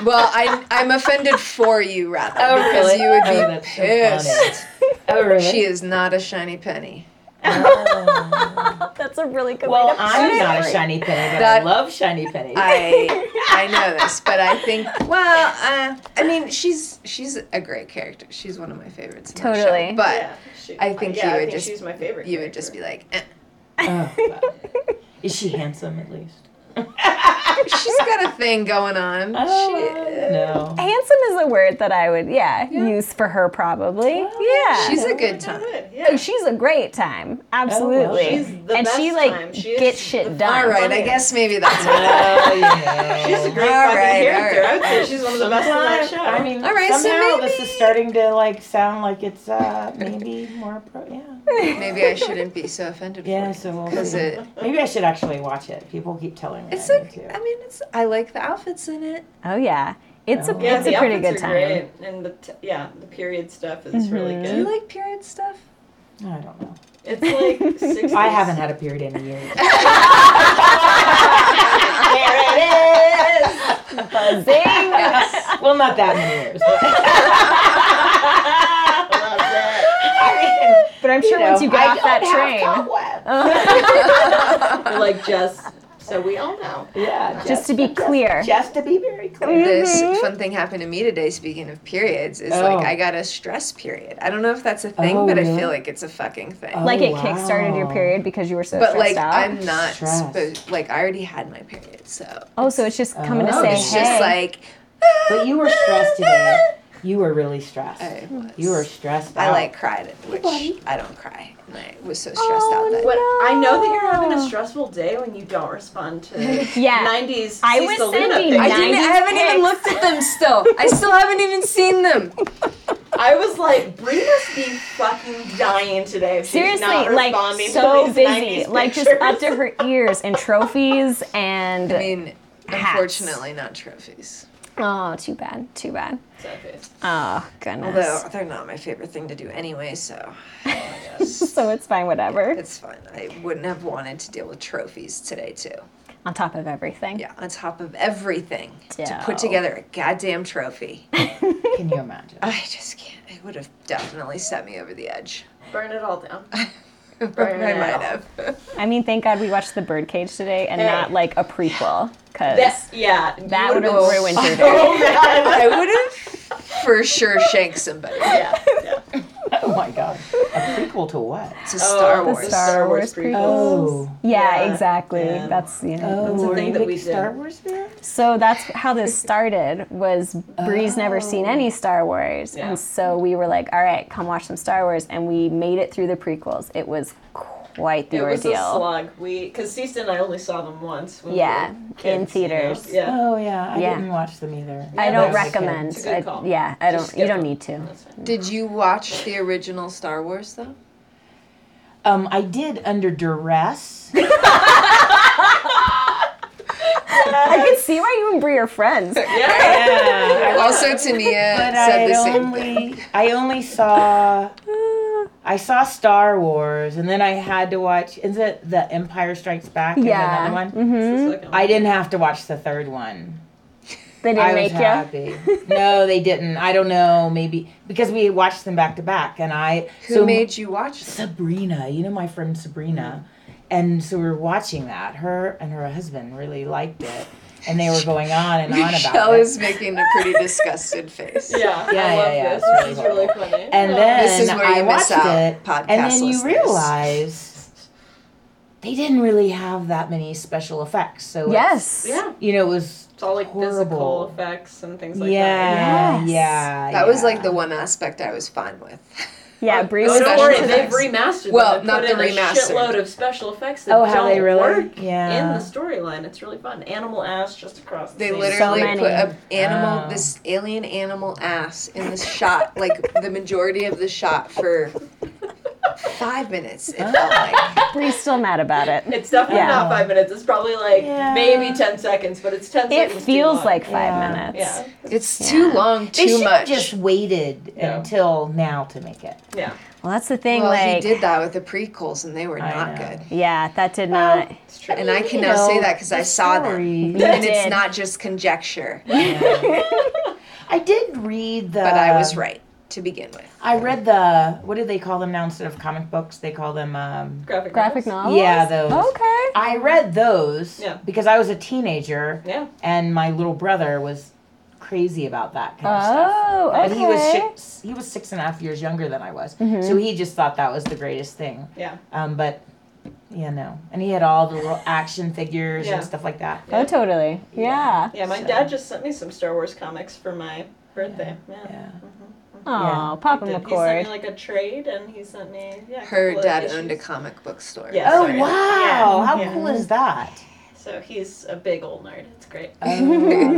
Speaker 3: Well, I, I'm offended for you rather
Speaker 6: Oh,
Speaker 3: because
Speaker 6: really?
Speaker 3: you would be
Speaker 8: Oh, that's so
Speaker 3: pissed.
Speaker 8: (laughs) Oh, really?
Speaker 3: She is not a shiny penny.
Speaker 6: that's a really good way
Speaker 8: Oh.
Speaker 6: to
Speaker 8: (laughs) well,
Speaker 6: put
Speaker 8: I'm
Speaker 6: it.
Speaker 8: not a shiny penny, but I
Speaker 3: That-
Speaker 8: love shiny pennies.
Speaker 3: I I know this, but I think well, uh, I mean she's she's a great character. She's one of my favorites. in the show.
Speaker 6: Totally.
Speaker 3: but
Speaker 7: Yeah, she,
Speaker 3: I think
Speaker 7: yeah,
Speaker 3: you
Speaker 7: I
Speaker 3: would
Speaker 7: think
Speaker 3: just-
Speaker 7: she was my favorite.
Speaker 3: you would just be like, eh.
Speaker 8: Oh, (laughs) God. Is she handsome at least?
Speaker 3: she's got a thing going on.
Speaker 8: (laughs) Oh, no.
Speaker 6: Handsome is a word that I would yeah, use for her probably. yeah.
Speaker 3: she, she's a good time.
Speaker 7: Good,
Speaker 6: Oh,
Speaker 7: yeah.
Speaker 6: she's a great time. Absolutely.
Speaker 8: she's
Speaker 6: and
Speaker 7: the
Speaker 6: she
Speaker 7: best
Speaker 6: like
Speaker 7: time. She is
Speaker 6: gets shit done.
Speaker 3: All right, I guess maybe that's
Speaker 8: Oh, (laughs) yeah.
Speaker 7: She's a great
Speaker 3: All
Speaker 7: fucking
Speaker 3: right,
Speaker 7: character.
Speaker 3: all
Speaker 7: I would say she's one of the best in that show.
Speaker 8: I mean,
Speaker 3: All right, so
Speaker 8: somehow this
Speaker 3: maybe-
Speaker 8: is starting to like sound like it's uh maybe more pro. Yeah.
Speaker 3: maybe I shouldn't be so offended.
Speaker 8: Yeah.
Speaker 3: for
Speaker 8: So we'll
Speaker 3: because
Speaker 8: see.
Speaker 3: it
Speaker 8: maybe I should actually watch it. People keep telling me.
Speaker 3: it's
Speaker 8: I
Speaker 3: like
Speaker 8: need to.
Speaker 3: I mean it's I like the outfits in it.
Speaker 6: Oh yeah. It's
Speaker 8: Oh.
Speaker 6: a
Speaker 8: Yeah,
Speaker 6: it's a pretty good time. Mm-hmm.
Speaker 7: Great. And the t- yeah, the period stuff is really
Speaker 3: Do you
Speaker 7: good.
Speaker 3: like period stuff?
Speaker 8: I don't know.
Speaker 6: (laughs)
Speaker 7: It's like 60s.
Speaker 8: I haven't had a period in years.
Speaker 6: There it is.
Speaker 8: (laughs)
Speaker 7: (laughs)
Speaker 8: well, not that many years. But, (laughs) I mean,
Speaker 6: (laughs) But I'm sure once (laughs) you get
Speaker 8: I
Speaker 6: off that train. Oh.
Speaker 7: like just so we all know.
Speaker 8: yeah.
Speaker 6: Just to be clear.
Speaker 8: Just to be very clear.
Speaker 3: This fun thing happened to me today. Speaking of periods, is
Speaker 8: Mm-hmm. Oh.
Speaker 3: like I got a stress period. I don't know if that's a thing,
Speaker 8: Oh,
Speaker 3: but I
Speaker 8: really?
Speaker 3: feel like it's a fucking thing.
Speaker 6: like it
Speaker 8: Oh,
Speaker 6: kickstarted your
Speaker 8: wow.
Speaker 6: period because you were so
Speaker 3: but
Speaker 6: stressed
Speaker 3: like
Speaker 6: out.
Speaker 3: I'm not
Speaker 8: Stress.
Speaker 3: supposed. Like I already had my period, so
Speaker 6: oh, so it's just coming to
Speaker 8: Oh.
Speaker 6: say
Speaker 3: it's
Speaker 6: hey.
Speaker 3: just like
Speaker 8: But you were stressed today. You were really stressed.
Speaker 3: I was.
Speaker 8: You were stressed.
Speaker 3: I
Speaker 8: out.
Speaker 3: like cried, which I don't cry, and I was
Speaker 8: Oh,
Speaker 3: so stressed out that.
Speaker 7: But I know that you're having a stressful day when you don't respond to
Speaker 6: (laughs) Yeah.
Speaker 7: 90s.
Speaker 6: I
Speaker 7: Cecil
Speaker 6: was
Speaker 7: Luna
Speaker 6: sending
Speaker 3: I
Speaker 7: things. I,
Speaker 3: didn't. I
Speaker 6: 90s
Speaker 3: haven't even
Speaker 6: pics.
Speaker 3: looked at them still. I still haven't
Speaker 8: (laughs)
Speaker 3: even seen them.
Speaker 7: was like, Brie must be fucking dying today. if she's not
Speaker 6: Seriously, like
Speaker 7: responding to
Speaker 6: so
Speaker 7: these
Speaker 6: busy,
Speaker 7: 90s
Speaker 6: like just
Speaker 7: pictures.
Speaker 6: up to her ears and trophies and
Speaker 3: I mean,
Speaker 6: Hats.
Speaker 3: unfortunately, not trophies.
Speaker 6: oh, too bad, too bad.
Speaker 7: Sad face.
Speaker 6: Oh goodness.
Speaker 3: Although they're not my favorite thing to do anyway, so
Speaker 6: so it's fine, whatever.
Speaker 3: it's fine. I wouldn't have wanted to deal with trophies today too.
Speaker 6: On top of everything.
Speaker 3: Yeah, on top of everything to
Speaker 6: Dope.
Speaker 3: put together a goddamn trophy.
Speaker 8: Can you imagine?
Speaker 3: I just can't. It would have definitely set me over the edge.
Speaker 7: (laughs)
Speaker 8: (laughs)
Speaker 7: Burn it all down.
Speaker 3: I
Speaker 7: Burn.
Speaker 3: might have.
Speaker 6: I mean, thank God we watched The Birdcage today and
Speaker 7: Hey.
Speaker 6: not like a prequel, because
Speaker 7: That's, yeah. you
Speaker 6: that
Speaker 7: (laughs)
Speaker 6: would
Speaker 7: would've
Speaker 6: have
Speaker 7: been
Speaker 6: ruined your day.
Speaker 7: so mad.
Speaker 3: I would have for sure shanked somebody.
Speaker 7: yeah, yeah.
Speaker 8: (laughs) Oh my god. A prequel to what?
Speaker 3: It's a Star
Speaker 7: the
Speaker 3: Wars.
Speaker 6: Star Wars
Speaker 8: Oh.
Speaker 6: Yeah,
Speaker 7: Yeah.
Speaker 6: exactly.
Speaker 7: Yeah.
Speaker 6: That's you know.
Speaker 8: Oh,
Speaker 7: a
Speaker 8: are
Speaker 7: thing
Speaker 8: you
Speaker 7: that
Speaker 8: big
Speaker 7: we did.
Speaker 8: Star Wars fan?
Speaker 6: So that's how this started. Was Bree's never seen any Star Wars,
Speaker 7: Oh. Yeah.
Speaker 6: and so we were like, "All right, come watch some Star Wars," and we made it through the prequels. It was quite the
Speaker 7: It was a
Speaker 6: ordeal.
Speaker 7: slog. We, because Cece and I only saw them once. When
Speaker 6: Yeah,
Speaker 7: we were kids,
Speaker 6: in
Speaker 7: you know?
Speaker 6: theaters.
Speaker 7: Yeah.
Speaker 8: Oh yeah, I
Speaker 6: Yeah.
Speaker 8: didn't watch them either.
Speaker 6: I
Speaker 7: Yeah,
Speaker 6: don't
Speaker 7: that's-
Speaker 6: recommend.
Speaker 7: It's a good
Speaker 6: I-
Speaker 7: call.
Speaker 6: yeah, I
Speaker 7: Just
Speaker 6: don't. You
Speaker 7: skip
Speaker 6: don't
Speaker 7: them.
Speaker 6: need to.
Speaker 3: Did you watch the original Star Wars though?
Speaker 8: Um, I did under duress.
Speaker 6: I can see why you and Bree are
Speaker 7: (laughs)
Speaker 6: friends.
Speaker 3: Oh.
Speaker 8: yeah.
Speaker 3: Also, Tania
Speaker 8: (laughs) But
Speaker 3: said
Speaker 8: I
Speaker 3: the same thing.
Speaker 8: only I only saw I saw Star Wars and then I had to watch is it The Empire Strikes Back is
Speaker 6: Yeah.
Speaker 8: another one?
Speaker 7: It's
Speaker 6: Mm-hmm.
Speaker 7: like, oh,
Speaker 8: I didn't have to watch the third one.
Speaker 6: They didn't
Speaker 8: I was
Speaker 6: make you.
Speaker 8: happy. no, they didn't. I don't know, maybe because we watched them back to back and I
Speaker 3: Who
Speaker 8: so
Speaker 3: made you watch them?
Speaker 8: Sabrina, you know my friend Sabrina. And so we were watching that. Her and her husband really liked it. and they were going on and on
Speaker 3: Michelle
Speaker 8: about it.
Speaker 3: is making a pretty disgusted face.
Speaker 8: (laughs)
Speaker 7: Yeah,
Speaker 8: Yeah,
Speaker 7: I
Speaker 8: yeah,
Speaker 7: love
Speaker 8: yeah,
Speaker 7: This.
Speaker 8: it's
Speaker 7: this is
Speaker 8: really
Speaker 7: really funny.
Speaker 8: And
Speaker 7: Yeah.
Speaker 8: then
Speaker 3: This is where
Speaker 8: I
Speaker 3: you miss
Speaker 8: watched
Speaker 3: out,
Speaker 8: it,
Speaker 3: podcast
Speaker 8: and then you
Speaker 3: listeners.
Speaker 8: realize they didn't really have that many special effects. So it's-
Speaker 6: Yes.
Speaker 7: yeah,
Speaker 8: you know, it was
Speaker 7: it's all like physical
Speaker 8: Horrible.
Speaker 7: effects and things like that.
Speaker 8: yeah,
Speaker 6: Yes.
Speaker 8: yeah.
Speaker 3: That was
Speaker 8: yeah.
Speaker 3: like the one aspect I was fine with.
Speaker 6: Yeah, Bree was
Speaker 3: don't
Speaker 6: special
Speaker 3: worry,
Speaker 7: Oh, Don't worry, they've
Speaker 6: effects.
Speaker 7: remastered.
Speaker 3: Well,
Speaker 7: them and
Speaker 3: not
Speaker 7: put
Speaker 3: the
Speaker 7: in a
Speaker 3: remastered.
Speaker 7: shitload of special effects that
Speaker 8: Oh, how they
Speaker 7: don't
Speaker 8: really
Speaker 7: work in
Speaker 8: yeah.
Speaker 7: the storyline. It's really fun. Animal ass just across. The
Speaker 3: They
Speaker 7: scene.
Speaker 3: literally
Speaker 6: many.
Speaker 3: put a animal,
Speaker 8: Oh.
Speaker 3: this alien animal ass in the shot, like the majority of the shot for five minutes. It
Speaker 8: Oh.
Speaker 3: felt like.
Speaker 6: Bree's still mad about it.
Speaker 7: It's definitely
Speaker 6: Yeah.
Speaker 7: not five minutes. It's probably like maybe ten seconds, but it's ten
Speaker 6: It
Speaker 7: seconds. too
Speaker 6: feels
Speaker 7: long.
Speaker 6: like five
Speaker 8: Yeah.
Speaker 6: minutes.
Speaker 7: Yeah,
Speaker 3: It's too long,
Speaker 8: They
Speaker 3: too
Speaker 8: should've
Speaker 3: much.
Speaker 8: just waited
Speaker 7: Yeah.
Speaker 8: until now to make it.
Speaker 7: yeah.
Speaker 6: Well, that's the thing.
Speaker 3: well,
Speaker 6: like,
Speaker 3: he did that with the prequels, and they were
Speaker 8: I
Speaker 3: not
Speaker 8: know.
Speaker 3: good.
Speaker 6: yeah, that did
Speaker 7: (laughs)
Speaker 6: not.
Speaker 7: It's true.
Speaker 3: And I can
Speaker 8: You
Speaker 3: now say
Speaker 8: know,
Speaker 3: that because I
Speaker 8: the
Speaker 3: saw
Speaker 8: stories.
Speaker 3: them, and it's
Speaker 6: did.
Speaker 3: not just conjecture.
Speaker 8: I did read the.
Speaker 3: But I was right to begin with.
Speaker 8: I read the. What do they call them now instead of comic books? They call them. Um,
Speaker 7: graphic
Speaker 6: Graphic
Speaker 7: novels.
Speaker 6: novels.
Speaker 8: Yeah, those.
Speaker 6: Okay.
Speaker 8: I read those
Speaker 7: Yeah.
Speaker 8: because I was a teenager
Speaker 7: Yeah.
Speaker 8: and my little brother was crazy about that kind of stuff.
Speaker 6: Oh, okay.
Speaker 8: And he was six, he was six and a half years younger than I was, so he just thought that was the greatest thing.
Speaker 7: Yeah.
Speaker 8: Um, but yeah, no, and he had all the little action figures
Speaker 7: Yeah.
Speaker 8: and stuff like that.
Speaker 6: Oh, totally. Yeah.
Speaker 7: Yeah, my
Speaker 8: So-
Speaker 7: dad just sent me some Star Wars comics for my birthday. Yeah.
Speaker 8: Yeah.
Speaker 6: Oh,
Speaker 7: He
Speaker 6: Papa
Speaker 7: did- He sent
Speaker 6: McCord.
Speaker 7: me like a trade, and he sent me. Yeah, a
Speaker 3: Her
Speaker 7: couple of
Speaker 3: dad
Speaker 7: issues.
Speaker 3: owned a comic book store.
Speaker 7: Yeah.
Speaker 8: Oh
Speaker 7: Sorry.
Speaker 8: wow!
Speaker 7: Yeah.
Speaker 8: How
Speaker 7: Yeah.
Speaker 8: cool is that?
Speaker 7: So he's a big old nerd. It's (laughs) great.
Speaker 8: Oh,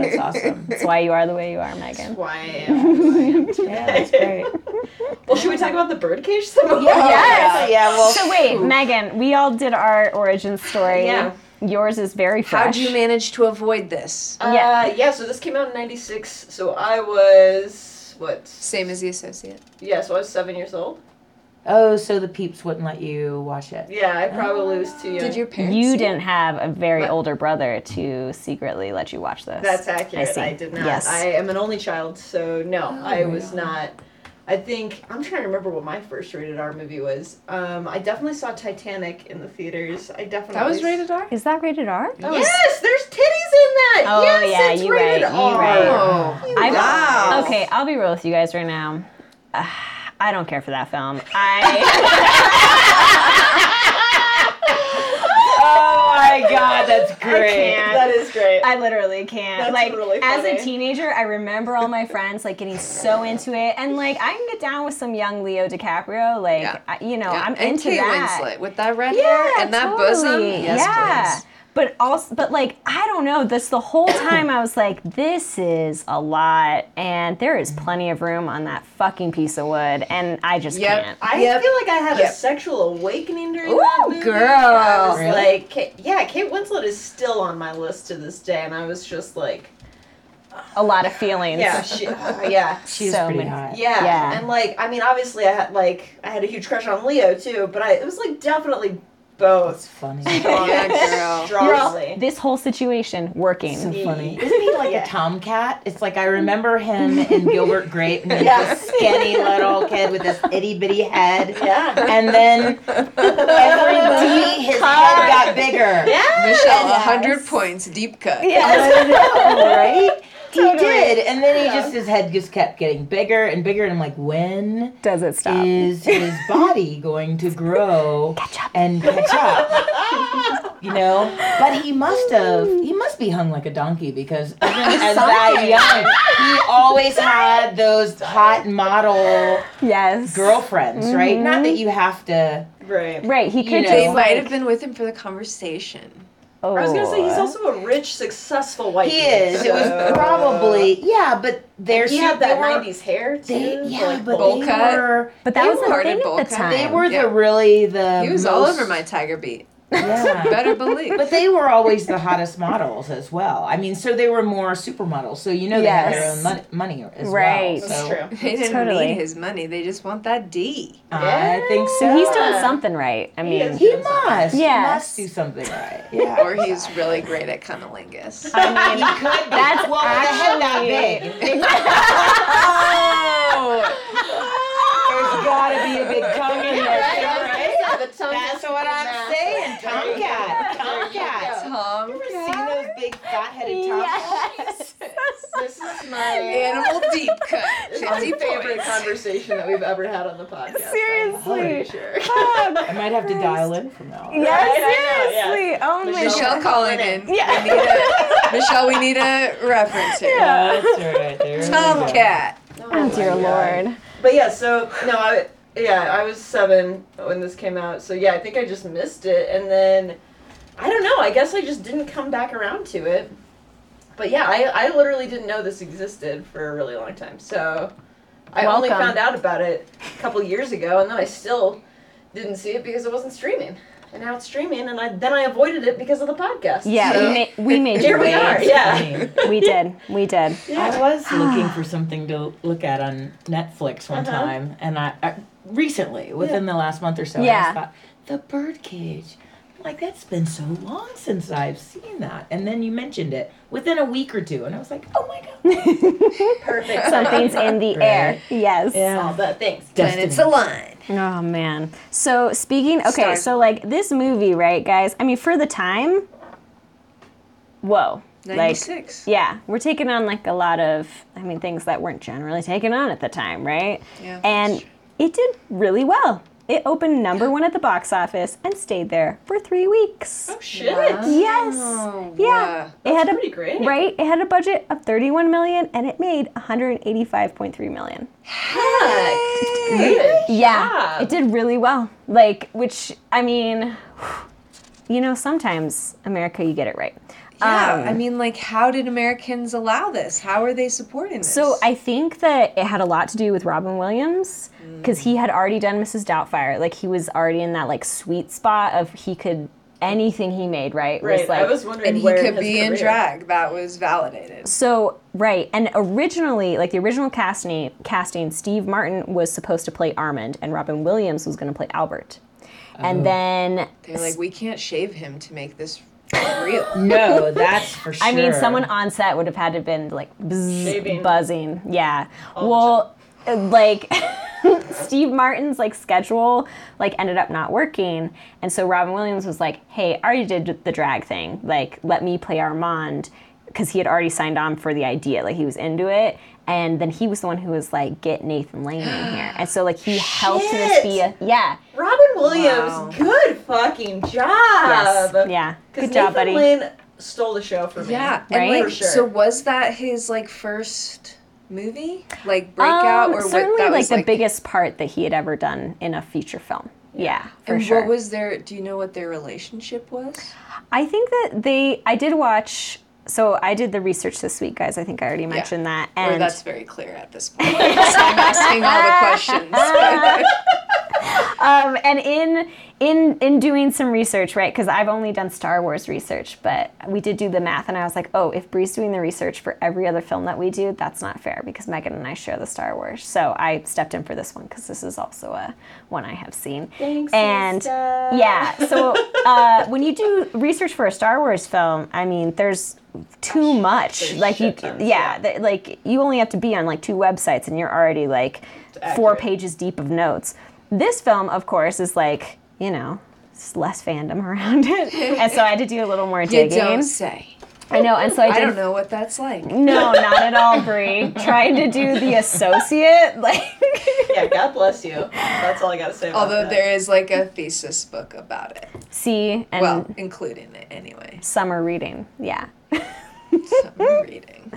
Speaker 8: that's awesome.
Speaker 6: That's why you are the way you are,
Speaker 7: (laughs)
Speaker 6: Megan.
Speaker 7: That's why I (laughs) am.
Speaker 8: Yeah, that's great.
Speaker 7: (laughs) well, should we talk about the birdcage some more?
Speaker 6: Yes.
Speaker 8: Yeah. Well,
Speaker 6: Oh. So wait, Megan, we all did our origin story.
Speaker 7: Yeah.
Speaker 6: Yours is very fresh.
Speaker 3: How'd you manage to avoid this?
Speaker 7: Uh,
Speaker 6: Yeah.
Speaker 7: yeah. So this came out in '96. So I was what?
Speaker 3: Same as the associate.
Speaker 7: Yeah. So I was seven years old.
Speaker 8: oh, so the peeps wouldn't let you watch it.
Speaker 7: Yeah. I probably was too young.
Speaker 3: Did your parents?
Speaker 6: You
Speaker 3: see it?
Speaker 6: didn't have a very older brother to secretly let you watch this.
Speaker 7: That's accurate.
Speaker 6: see.
Speaker 7: I, did not.
Speaker 6: Yes.
Speaker 7: I am an only child, so no,
Speaker 3: Oh,
Speaker 7: I was not. I think I'm trying to remember what my first rated R movie was. Um, I definitely saw Titanic in the theaters. I definitely
Speaker 3: That was rated R.
Speaker 6: Is that rated R?
Speaker 3: That was-
Speaker 7: Yes, there's titties in that.
Speaker 6: Oh,
Speaker 7: yes,
Speaker 6: yeah,
Speaker 7: it's
Speaker 6: you
Speaker 7: rated
Speaker 6: right, you
Speaker 7: R.
Speaker 6: right.
Speaker 3: Oh.
Speaker 6: I've-
Speaker 3: Wow.
Speaker 6: Okay, I'll be real with you guys right now. (sighs) Uh, I don't care for that film. I (laughs)
Speaker 8: Oh my god, that's great.
Speaker 6: can't.
Speaker 7: That is great.
Speaker 6: I literally can't.
Speaker 7: That's
Speaker 6: like
Speaker 7: really
Speaker 6: as a
Speaker 7: funny.
Speaker 6: teenager, I remember all my friends like getting so into it, and like I can get down with some young Leo DiCaprio. Like
Speaker 3: Yeah.
Speaker 6: I, you know,
Speaker 3: Yeah,
Speaker 6: Oh, I'm
Speaker 3: and
Speaker 6: into
Speaker 3: Kate
Speaker 6: that.
Speaker 3: Winslet with that red hair
Speaker 6: Yeah,
Speaker 3: and that
Speaker 6: totally.
Speaker 3: bosom. Yes,
Speaker 6: yeah.
Speaker 3: please.
Speaker 6: But also, but like I don't know. This the whole time I was like, this is a lot, and there is plenty of room on that fucking piece of wood, and I just
Speaker 3: Yep.
Speaker 6: can't.
Speaker 7: I
Speaker 3: Yep.
Speaker 7: feel like I had
Speaker 3: Yep.
Speaker 7: a sexual awakening during
Speaker 3: Ooh,
Speaker 7: that movie.
Speaker 3: girl.
Speaker 7: I was
Speaker 8: Really?
Speaker 7: like, Ka- yeah, Kate Winslet is still on my list to this day, and I was just like,
Speaker 6: A lot of feelings.
Speaker 7: yeah, she, uh, yeah.
Speaker 8: She's
Speaker 6: So
Speaker 8: pretty
Speaker 6: many-
Speaker 8: hot.
Speaker 7: Yeah.
Speaker 6: Yeah.
Speaker 7: And like, I mean, obviously, I had like, I had a huge crush on Leo too, but I it was like definitely
Speaker 8: That's (laughs)
Speaker 7: both.
Speaker 8: funny.
Speaker 6: (laughs)
Speaker 3: Oh, Yeah, girl.
Speaker 6: You're all-
Speaker 7: Strongly.
Speaker 6: this whole situation working. (laughs)
Speaker 8: so funny. Isn't he like a tomcat? It's like I remember him in Gilbert Grape and he's
Speaker 7: Yeah.
Speaker 8: this skinny little kid with this itty bitty head.
Speaker 7: Yeah.
Speaker 8: And then every movie his head got bigger.
Speaker 7: Yeah.
Speaker 3: Michelle, a hundred points, deep cut.
Speaker 8: I know, right? He did, and then he just his head just kept getting bigger and bigger, and I'm like, when
Speaker 6: Does it stop?
Speaker 8: is his body going to grow
Speaker 6: up.
Speaker 8: and catch up? you know, but he must have. He must be hung like a
Speaker 6: (laughs)
Speaker 8: donkey because even as that young, he always had those hot model
Speaker 6: Yes.
Speaker 8: girlfriends, right? Not that you have to.
Speaker 7: (laughs) Right.
Speaker 6: Right. He
Speaker 8: You
Speaker 6: could
Speaker 8: know.
Speaker 3: They
Speaker 6: just.
Speaker 3: might
Speaker 6: Like,
Speaker 3: have been with him for the conversation.
Speaker 6: oh.
Speaker 7: I was gonna say he's also a rich, successful white.
Speaker 8: He
Speaker 7: dude,
Speaker 8: is. It was
Speaker 7: so-
Speaker 8: probably yeah, but there's
Speaker 7: He had
Speaker 8: they
Speaker 7: that
Speaker 8: were-
Speaker 7: '90s hair too.
Speaker 8: They,
Speaker 7: the,
Speaker 8: yeah,
Speaker 7: like,
Speaker 8: but
Speaker 7: bowl
Speaker 8: they
Speaker 3: cut.
Speaker 8: were.
Speaker 6: But that
Speaker 3: They
Speaker 6: was
Speaker 3: were
Speaker 6: the thing
Speaker 3: in
Speaker 6: at
Speaker 3: bowl
Speaker 6: the
Speaker 3: cut.
Speaker 6: time.
Speaker 8: They were
Speaker 3: Yeah.
Speaker 8: the really the.
Speaker 3: He was all
Speaker 8: most-
Speaker 3: over my tiger beat. (laughs)
Speaker 8: (laughs)
Speaker 6: (laughs)
Speaker 8: Yeah.
Speaker 3: Better believe.
Speaker 8: but they were always the hottest models as well. I mean, so they were more supermodels. So you know they had their
Speaker 6: Yes.
Speaker 8: own mon- money as
Speaker 6: Right.
Speaker 8: well.
Speaker 7: That's
Speaker 8: So (laughs)
Speaker 7: true. (laughs)
Speaker 3: they didn't
Speaker 6: Totally.
Speaker 3: need his money. They just want that D.
Speaker 8: I think so.
Speaker 6: So he's doing something right. I mean,
Speaker 7: is.
Speaker 8: He must.
Speaker 6: Yes.
Speaker 8: He must do something right. Yeah.
Speaker 3: Or he's really great at
Speaker 6: (laughs)
Speaker 3: cunnilingus.
Speaker 6: I mean,
Speaker 8: could be.
Speaker 6: That's
Speaker 8: well, with a head that big.
Speaker 6: Oh!
Speaker 8: There's got to be a big tongue in there, right? That's what I'm saying. Tomcat. Tomcat.
Speaker 3: Tom.
Speaker 6: (laughs)
Speaker 8: Seen those big fat-headed tomcats?
Speaker 7: (laughs) This is my
Speaker 3: Animal deep
Speaker 6: (laughs)
Speaker 3: cut.
Speaker 7: this is my
Speaker 3: 50
Speaker 7: favorite
Speaker 3: points.
Speaker 7: conversation that we've ever had on
Speaker 6: (laughs)
Speaker 7: the podcast.
Speaker 6: Seriously.
Speaker 7: I'm
Speaker 6: (laughs)
Speaker 7: pretty sure. (laughs)
Speaker 8: I might have to dial in from now. on.
Speaker 6: Yeah, seriously. Oh my
Speaker 3: Michelle calling in.
Speaker 6: Yeah.
Speaker 3: We need a, Michelle, we need a reference here.
Speaker 8: Yeah, that's right. There we go.
Speaker 3: Tomcat.
Speaker 6: Oh, dear lord.
Speaker 7: But yeah, so no, I yeah, I was seven when this came out, so yeah, I think I just missed it, and then I don't know. I guess I just didn't come back around to it. But yeah, I I literally didn't know this existed for a really long time, so I only
Speaker 6: Welcome.
Speaker 7: found out about it a couple years ago, and then I still didn't see it because it wasn't streaming. And now it's streaming, and I then I avoided it because of the podcast.
Speaker 6: Yeah,
Speaker 7: So
Speaker 6: we, ma- we made
Speaker 7: here
Speaker 6: you
Speaker 7: we
Speaker 6: wait.
Speaker 7: are. Yeah.
Speaker 6: We did. We
Speaker 7: (laughs)
Speaker 6: did. (sighs)
Speaker 8: I was looking for something to look at on Netflix one
Speaker 7: Uh-huh.
Speaker 8: time, and I, I recently, within the last month or so, I
Speaker 6: Yeah.
Speaker 8: just thought the birdcage. I'm Like that's been so long since I've seen that, and then you mentioned it within a week or two, and I was like, oh my
Speaker 7: (laughs)
Speaker 8: god,
Speaker 7: Perfect.
Speaker 6: Something's in the air. Yes.
Speaker 7: All the things.
Speaker 3: And it's a line.
Speaker 6: Oh man. So speaking okay,
Speaker 3: Start.
Speaker 6: so like this movie, right, guys? I mean for the time whoa. Like
Speaker 3: 96.
Speaker 6: yeah, we're taking on like a lot of I mean things that weren't generally taken on at the time, right?
Speaker 3: Yeah, that's
Speaker 6: And
Speaker 3: true.
Speaker 6: it did really well. It opened number 1 at the box office and stayed there for 3 weeks.
Speaker 7: Oh shit.
Speaker 6: Yes.
Speaker 3: Oh,
Speaker 6: yeah. It had a
Speaker 7: Pretty great.
Speaker 6: right, it had a budget of 31 million and it made 185.3 million.
Speaker 7: Good.
Speaker 6: Yeah,
Speaker 7: job.
Speaker 6: it did really well. Like, which I mean, you know, sometimes America, you get it right.
Speaker 3: Yeah,
Speaker 6: Um,
Speaker 3: I mean, like, how did Americans allow this? How are they supporting this?
Speaker 6: So I think that it had a lot to do with Robin Williams
Speaker 7: Mm.
Speaker 6: because he had already done Mrs. Doubtfire. Like, he was already in that like sweet spot of he could anything he made right.
Speaker 7: Right.
Speaker 6: like,
Speaker 7: I was wondering
Speaker 3: and he
Speaker 7: where
Speaker 3: could
Speaker 7: his
Speaker 3: be in
Speaker 7: career-
Speaker 3: drag. That was validated.
Speaker 6: So right, and originally, like the original casting, casting Steve Martin was supposed to play Armand, and Robin Williams was going to play Albert. And then
Speaker 3: They're like, we can't shave him to make
Speaker 6: (gasps)
Speaker 3: this real.
Speaker 8: no, that's for sure.
Speaker 6: I mean, someone on set would have had to been like bzz,
Speaker 7: Shaving.
Speaker 6: buzzing. Yeah. well, uh, like (laughs) Steve Martin's like schedule like ended up not working, and so Robin Williams was like, "Hey, I already did the drag thing. Like, let me play Armand." Because he had already signed on for the idea, like he was into it, and then he was the one who was like, "Get Nathan Lane in here," and so like he helped this
Speaker 7: (gasps) Shit.
Speaker 6: be a yeah,
Speaker 7: Robin Williams,
Speaker 3: Wow.
Speaker 7: good fucking job.
Speaker 6: yes, yeah, good
Speaker 7: Because
Speaker 6: job,
Speaker 7: Um, Nathan
Speaker 6: buddy.
Speaker 7: Lane stole the show for me.
Speaker 3: Yeah, and
Speaker 6: Right?
Speaker 3: like,
Speaker 7: For sure.
Speaker 3: so was that his like first movie, like breakout,
Speaker 6: Um,
Speaker 3: or
Speaker 6: certainly
Speaker 3: what? That
Speaker 6: like
Speaker 3: was
Speaker 6: the
Speaker 3: like
Speaker 6: biggest part that he had ever done in a feature film. Yeah, for
Speaker 3: and
Speaker 6: sure.
Speaker 3: What was their? Do you know what their relationship was?
Speaker 6: I think that they. I did watch. So I did the research this week, guys. I think I already mentioned that. And
Speaker 3: or that's very clear at this point. (laughs) 'cause I'm asking all the
Speaker 6: (laughs)
Speaker 3: questions.
Speaker 6: um, and in in in doing some research, right? Because I've only done Star Wars research, but we did do the math, and I was like, oh, if Bree's doing the research for every other film that we do, that's not fair because Megan and I share the Star Wars. So I stepped in for this one because this is also a one I have seen.
Speaker 7: Thanks,
Speaker 6: and
Speaker 7: sister.
Speaker 6: yeah, so uh, when you do research for a Star Wars film, I mean, there's too much. like you,
Speaker 7: shit tons,
Speaker 6: yeah, th- like you only have to be on like two websites, and you're already like four
Speaker 7: accurate.
Speaker 6: pages deep of notes. This film, of course, is like you know. it's Less fandom (laughs) around it, and so I had to do a little more
Speaker 3: (laughs) you
Speaker 6: digging.
Speaker 3: don't say.
Speaker 6: I know, and so I,
Speaker 3: I
Speaker 6: did
Speaker 3: don't know what that's like. (laughs)
Speaker 6: No, not at all, Brie. Trying to do the associate, (laughs) like
Speaker 7: yeah, God bless you.
Speaker 3: (laughs)
Speaker 7: That's all I gotta say. About
Speaker 3: Although
Speaker 7: that.
Speaker 3: there is like a thesis book about it.
Speaker 6: see and
Speaker 3: Well, including it
Speaker 6: (laughs)
Speaker 3: anyway.
Speaker 6: summer reading. Yeah,
Speaker 3: So I'm reading.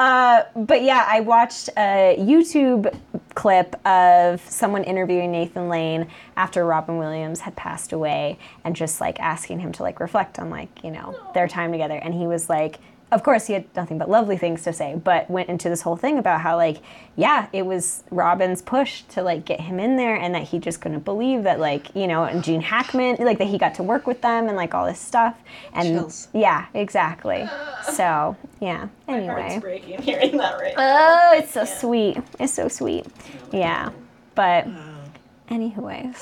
Speaker 6: but yeah, I watched a YouTube clip of someone interviewing Nathan Lane after Robin Williams had passed away and just like asking him to like reflect on like, you know, their time together. And he was like, of course, he had nothing but lovely things to say, but went into this whole thing about how, like, yeah, it was Robin's push to, like, get him in there and that he just couldn't believe that, like, you know, and Gene Hackman, like, that he got to work with them and, like, all this stuff. And
Speaker 3: Chills.
Speaker 6: yeah, exactly. So, yeah,
Speaker 7: Heart's
Speaker 6: anyway.
Speaker 7: breaking (laughs) hearing that right.
Speaker 6: Oh, it's so sweet. It's so sweet. Yeah. But anyways.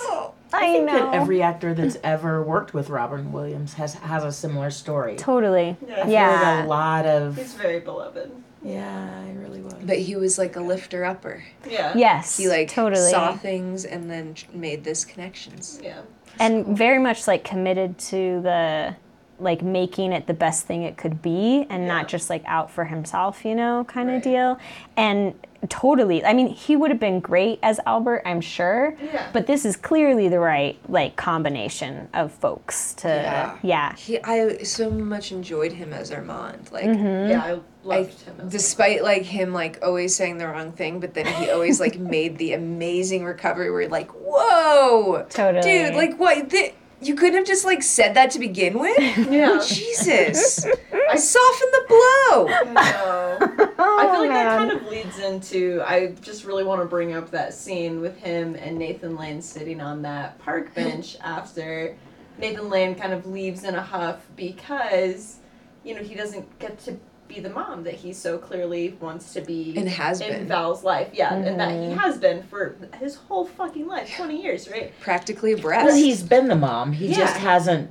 Speaker 6: I
Speaker 8: I think
Speaker 6: know.
Speaker 8: that every actor that's ever worked with Robin Williams has has a similar story.
Speaker 6: totally.
Speaker 7: Yeah.
Speaker 8: There were
Speaker 6: Yeah.
Speaker 8: a lot of
Speaker 7: He's very beloved.
Speaker 8: yeah, I really was.
Speaker 3: But he was like a lifter upper.
Speaker 7: Yeah.
Speaker 6: Yes.
Speaker 3: He like
Speaker 6: totally
Speaker 3: saw things and then tr- made this connections.
Speaker 7: Yeah.
Speaker 6: and very much like committed to the like making it the best thing it could be and not just like out for himself, you know, kind of deal. And totally, I mean, he would have been great as Albert, I'm sure.
Speaker 3: Yeah.
Speaker 6: But this is clearly the right like combination of folks to
Speaker 3: Yeah.
Speaker 6: yeah.
Speaker 3: He, I so much enjoyed him as Armand. Like,
Speaker 6: Mhm. Yeah, I
Speaker 3: loved him. Despite like him like always saying the wrong thing, but then he always
Speaker 6: (laughs)
Speaker 3: like made the amazing recovery where you're like, whoa,
Speaker 6: Totally.
Speaker 3: dude, like what? Th- you couldn't have just like said that to begin
Speaker 6: (laughs)
Speaker 3: with. Oh,
Speaker 7: Yeah.
Speaker 3: Jesus, I softened the blow.
Speaker 7: I feel like that
Speaker 6: Oh, man.
Speaker 7: kind of leads into. I just really want to bring up that scene with him and Nathan Lane sitting on
Speaker 6: (laughs)
Speaker 7: that park bench after Nathan Lane kind of leaves in a huff because, you know, he doesn't get to be the mom that he so clearly wants to be
Speaker 3: And has
Speaker 7: in
Speaker 3: been.
Speaker 7: Val's life. Yeah, and that he
Speaker 6: Mm-hmm.
Speaker 8: Mhm.
Speaker 7: has been for his whole fucking life, twenty years, right?
Speaker 3: Practically abreast.
Speaker 8: Well, he's been the mom. He just
Speaker 7: Yeah.
Speaker 8: hasn't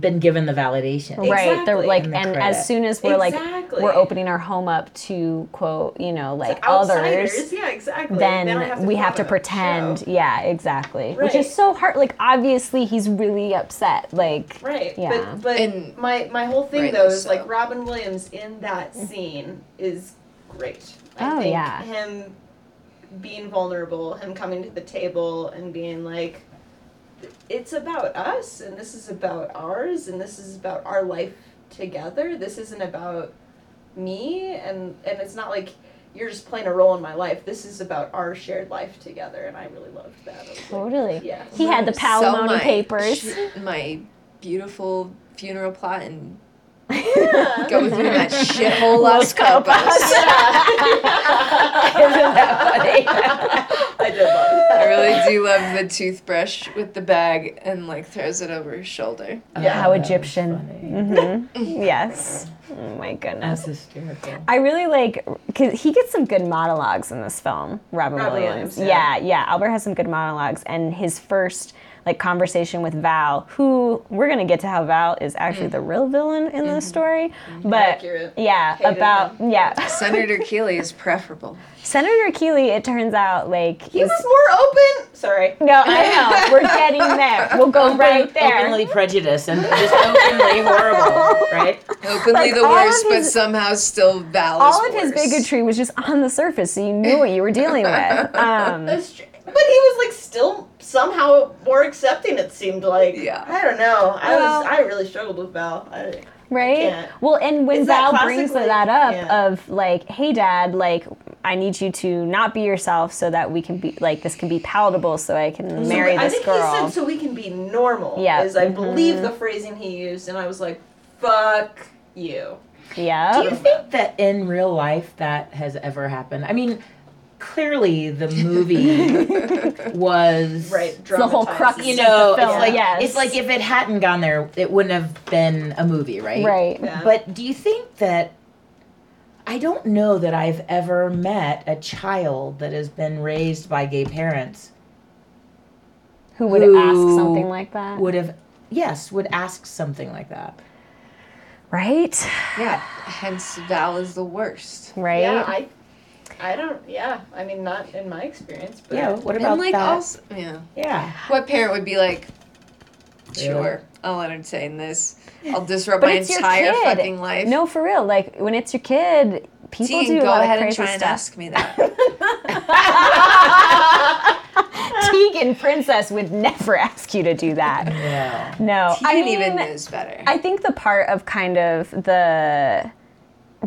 Speaker 8: been given the validation.
Speaker 6: Right. They're
Speaker 7: Exactly.
Speaker 6: like
Speaker 8: And
Speaker 6: and,
Speaker 8: the credit.
Speaker 6: as soon as we're
Speaker 7: Exactly.
Speaker 6: like we're opening our home up to quote, you know, like
Speaker 7: Outsiders,
Speaker 6: others.
Speaker 7: yeah, exactly.
Speaker 6: then
Speaker 7: They don't have to
Speaker 6: we
Speaker 7: put
Speaker 6: have
Speaker 7: on
Speaker 6: to
Speaker 7: a
Speaker 6: pretend.
Speaker 7: show.
Speaker 6: Yeah, exactly. Which
Speaker 7: Right.
Speaker 6: is so hard. Like, obviously, he's really upset. Like,
Speaker 7: Right.
Speaker 6: Yeah.
Speaker 7: But but
Speaker 3: And-
Speaker 7: my my whole thing
Speaker 3: Rightly
Speaker 7: though is
Speaker 3: so.
Speaker 7: like Robin Williams in that scene is great. I
Speaker 6: Mm-hmm. Oh,
Speaker 7: think
Speaker 6: yeah.
Speaker 7: him being vulnerable, him coming to the table and being like it's about us and this is about ours and this is about our life together. This isn't about me and and it's not like you're just playing a role in my life. This is about our shared life together and I really loved that. I was like,
Speaker 6: totally.
Speaker 7: Yeah. (laughs)
Speaker 6: He had the
Speaker 3: Sell
Speaker 6: palimony
Speaker 3: my-
Speaker 6: papers.
Speaker 3: my beautiful funeral plot,
Speaker 6: (laughs)
Speaker 3: and go through that shithole Los Copos. (laughs)
Speaker 8: Isn't that funny?
Speaker 7: I did love that.
Speaker 3: I really do love the toothbrush with the bag and like throws it over his shoulder.
Speaker 7: Yeah.
Speaker 6: How
Speaker 8: that was
Speaker 6: Egyptian.
Speaker 8: funny.
Speaker 6: Mhm.
Speaker 7: (laughs)
Speaker 6: yes. Oh my goodness.
Speaker 8: That's hysterical.
Speaker 6: I really like because he gets some good monologues in this film. Robin,
Speaker 7: Robin
Speaker 6: Williams.
Speaker 7: Williams, yeah.
Speaker 6: yeah. yeah, Albert has some good monologues, and his first like conversation with Val, who we're gonna get to how Val is actually the real villain in this story, but
Speaker 7: Accurate.
Speaker 6: yeah,
Speaker 7: Hated
Speaker 6: about yeah,
Speaker 3: Senator Keeley is preferable.
Speaker 6: Senator Keeley. It turns out like
Speaker 7: He
Speaker 6: was-
Speaker 7: was more open. Sorry.
Speaker 6: no, I know we're getting there. We'll go right there.
Speaker 8: Openly prejudiced and just openly (laughs) horrible, right?
Speaker 3: Openly
Speaker 6: Like,
Speaker 3: the
Speaker 6: all of
Speaker 3: worst, but
Speaker 6: his-
Speaker 3: somehow still Val is
Speaker 6: All of his
Speaker 3: worse.
Speaker 6: bigotry was just on the surface, so you knew what you were dealing with. Um,
Speaker 7: That's tr- But he was like still somehow more accepting. It seemed like.
Speaker 3: Yeah.
Speaker 7: I don't know. I
Speaker 6: Well-
Speaker 7: was. I really struggled with Val. I,
Speaker 6: right?
Speaker 7: can't.
Speaker 6: Well, and when
Speaker 7: Is that
Speaker 6: Val
Speaker 7: classic,
Speaker 6: brings
Speaker 7: like-
Speaker 6: that up
Speaker 7: yeah.
Speaker 6: of like, "Hey, Dad, like, I need you to not be yourself so that we can be like this can be palatable, so I can marry
Speaker 7: I
Speaker 6: this
Speaker 7: think
Speaker 6: girl."
Speaker 7: he said so we can be normal.
Speaker 6: Yeah.
Speaker 7: Is I believe the phrasing he used, and I was like, "Fuck you."
Speaker 6: yeah.
Speaker 8: Do you think that in real life that has ever happened? I mean, clearly (laughs) the movie was
Speaker 7: Right.
Speaker 6: the whole
Speaker 7: dramatized.
Speaker 6: crux,
Speaker 8: You know,
Speaker 6: The
Speaker 8: it's
Speaker 6: film,
Speaker 8: like
Speaker 6: yes.
Speaker 8: it's like if it hadn't gone there, it wouldn't have been a movie, right?
Speaker 6: right.
Speaker 7: Yeah.
Speaker 8: But do you think that I don't know that I've ever met a child that has been raised by gay parents
Speaker 6: Who would
Speaker 8: Who
Speaker 6: ask something like that?
Speaker 8: would have yes, would ask something like that.
Speaker 6: right.
Speaker 3: Yeah, hence Val is the worst.
Speaker 6: Right.
Speaker 7: Yeah. I. I don't. Yeah. I mean, not in my experience, but
Speaker 8: Yeah, what about
Speaker 3: and like
Speaker 8: that?
Speaker 3: also, yeah,
Speaker 8: yeah.
Speaker 3: what parent would be like?
Speaker 8: Yeah.
Speaker 3: Sure, I'll entertain this. I'll disrupt
Speaker 6: But
Speaker 3: my
Speaker 6: it's your
Speaker 3: entire
Speaker 6: kid.
Speaker 3: fucking life.
Speaker 6: No, for real. Like when it's your kid, people
Speaker 3: Dean,
Speaker 6: do a
Speaker 3: go
Speaker 6: lot
Speaker 3: ahead
Speaker 6: of
Speaker 3: and
Speaker 6: crazy
Speaker 3: try and
Speaker 6: stuff.
Speaker 3: ask me that.
Speaker 6: Tegan Princess would never (laughs) ask you to do that.
Speaker 8: Yeah.
Speaker 6: No,
Speaker 3: Tegan
Speaker 6: (laughs) I mean,
Speaker 3: even knows better.
Speaker 6: I think the part of kind of the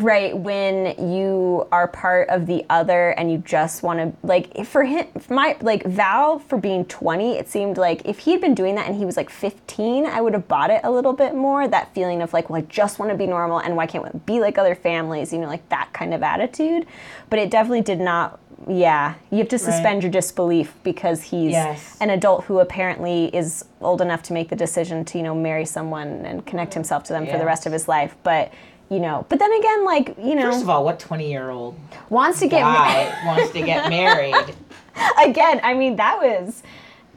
Speaker 6: right when you are part of the other and you just want to like for him for my like Val for being 20 it seemed like if he'd been doing that and he was like 15 I would have bought it a little bit more that feeling of like well I just want to be normal and why can't we be like other families you know like that kind of attitude but it definitely did not yeah you have to suspend your disbelief because he's
Speaker 8: Yes.
Speaker 6: an adult who apparently is old enough to make the decision to you know marry someone and connect himself to them for the
Speaker 8: Yes.
Speaker 6: rest of his life but you know but then again like you know
Speaker 8: First of all, what twenty year old
Speaker 6: wants to get
Speaker 8: (laughs) guy wants to get married?
Speaker 6: (laughs) again i mean that was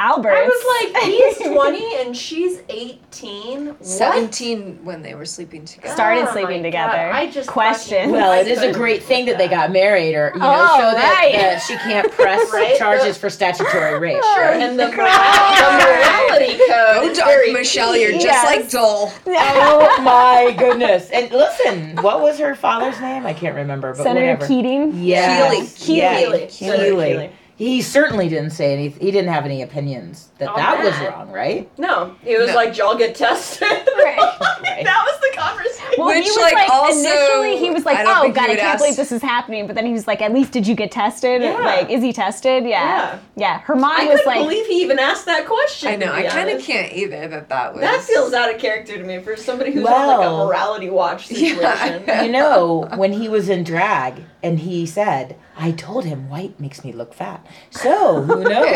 Speaker 6: Alberts.
Speaker 7: I was like,
Speaker 6: (laughs)
Speaker 7: he's 20 and she's 18. What?
Speaker 3: 17 when they were sleeping together.
Speaker 6: started
Speaker 7: Oh
Speaker 6: sleeping
Speaker 7: my God,
Speaker 6: together.
Speaker 7: I just (laughs)
Speaker 6: question.
Speaker 8: (laughs) Well, it is a
Speaker 7: couldn't
Speaker 8: great
Speaker 7: do
Speaker 8: thing that they got married, or you know,
Speaker 6: Oh,
Speaker 8: so that,
Speaker 6: right.
Speaker 8: that she can't (laughs) press
Speaker 7: Right?
Speaker 8: charges for statutory (laughs) rape.
Speaker 7: And the, the morality code.
Speaker 3: Oh,
Speaker 7: is
Speaker 3: dark
Speaker 7: very
Speaker 3: Michelle,
Speaker 7: key.
Speaker 3: you're just
Speaker 6: Yes.
Speaker 3: like Dole.
Speaker 6: (laughs)
Speaker 8: Oh my goodness! And listen, what was her father's name? I can't remember, but
Speaker 6: Senator
Speaker 8: whatever.
Speaker 6: Keating.
Speaker 8: Yes.
Speaker 3: Keeley.
Speaker 8: Yes.
Speaker 7: Keeley. Senator Keeley.
Speaker 8: He certainly didn't say any. He didn't have any opinions that
Speaker 7: On
Speaker 8: that was
Speaker 7: that.
Speaker 8: wrong, right?
Speaker 7: No, he was
Speaker 3: No.
Speaker 7: like, y'all
Speaker 3: (laughs)
Speaker 7: get tested.
Speaker 8: Right.
Speaker 7: (laughs) That was the conversation.
Speaker 6: Well,
Speaker 3: Which,
Speaker 6: he was
Speaker 3: like,
Speaker 6: like,
Speaker 3: also-
Speaker 6: initially he was like,
Speaker 3: I don't
Speaker 6: "Oh
Speaker 3: think
Speaker 6: God,
Speaker 3: he
Speaker 6: I
Speaker 3: would
Speaker 6: can't
Speaker 3: ask-
Speaker 6: believe this is happening," but then he was like, "At least did you get tested?
Speaker 7: Yeah.
Speaker 6: Like, is he tested? Yeah,
Speaker 7: Yeah.
Speaker 6: yeah." Her mom
Speaker 7: I
Speaker 6: was
Speaker 7: couldn't
Speaker 6: like,
Speaker 7: believe he even asked that question.
Speaker 3: I know.
Speaker 7: to
Speaker 3: I
Speaker 7: be
Speaker 3: kind of
Speaker 7: honest.
Speaker 3: can't either that that was.
Speaker 7: That feels out of character to me for somebody who's on like a
Speaker 8: Well.
Speaker 7: morality watch situation.
Speaker 3: (laughs) Yeah.
Speaker 8: You know, when he was in drag and he said, I told him white makes me look fat.
Speaker 6: (laughs)
Speaker 8: So, who knows?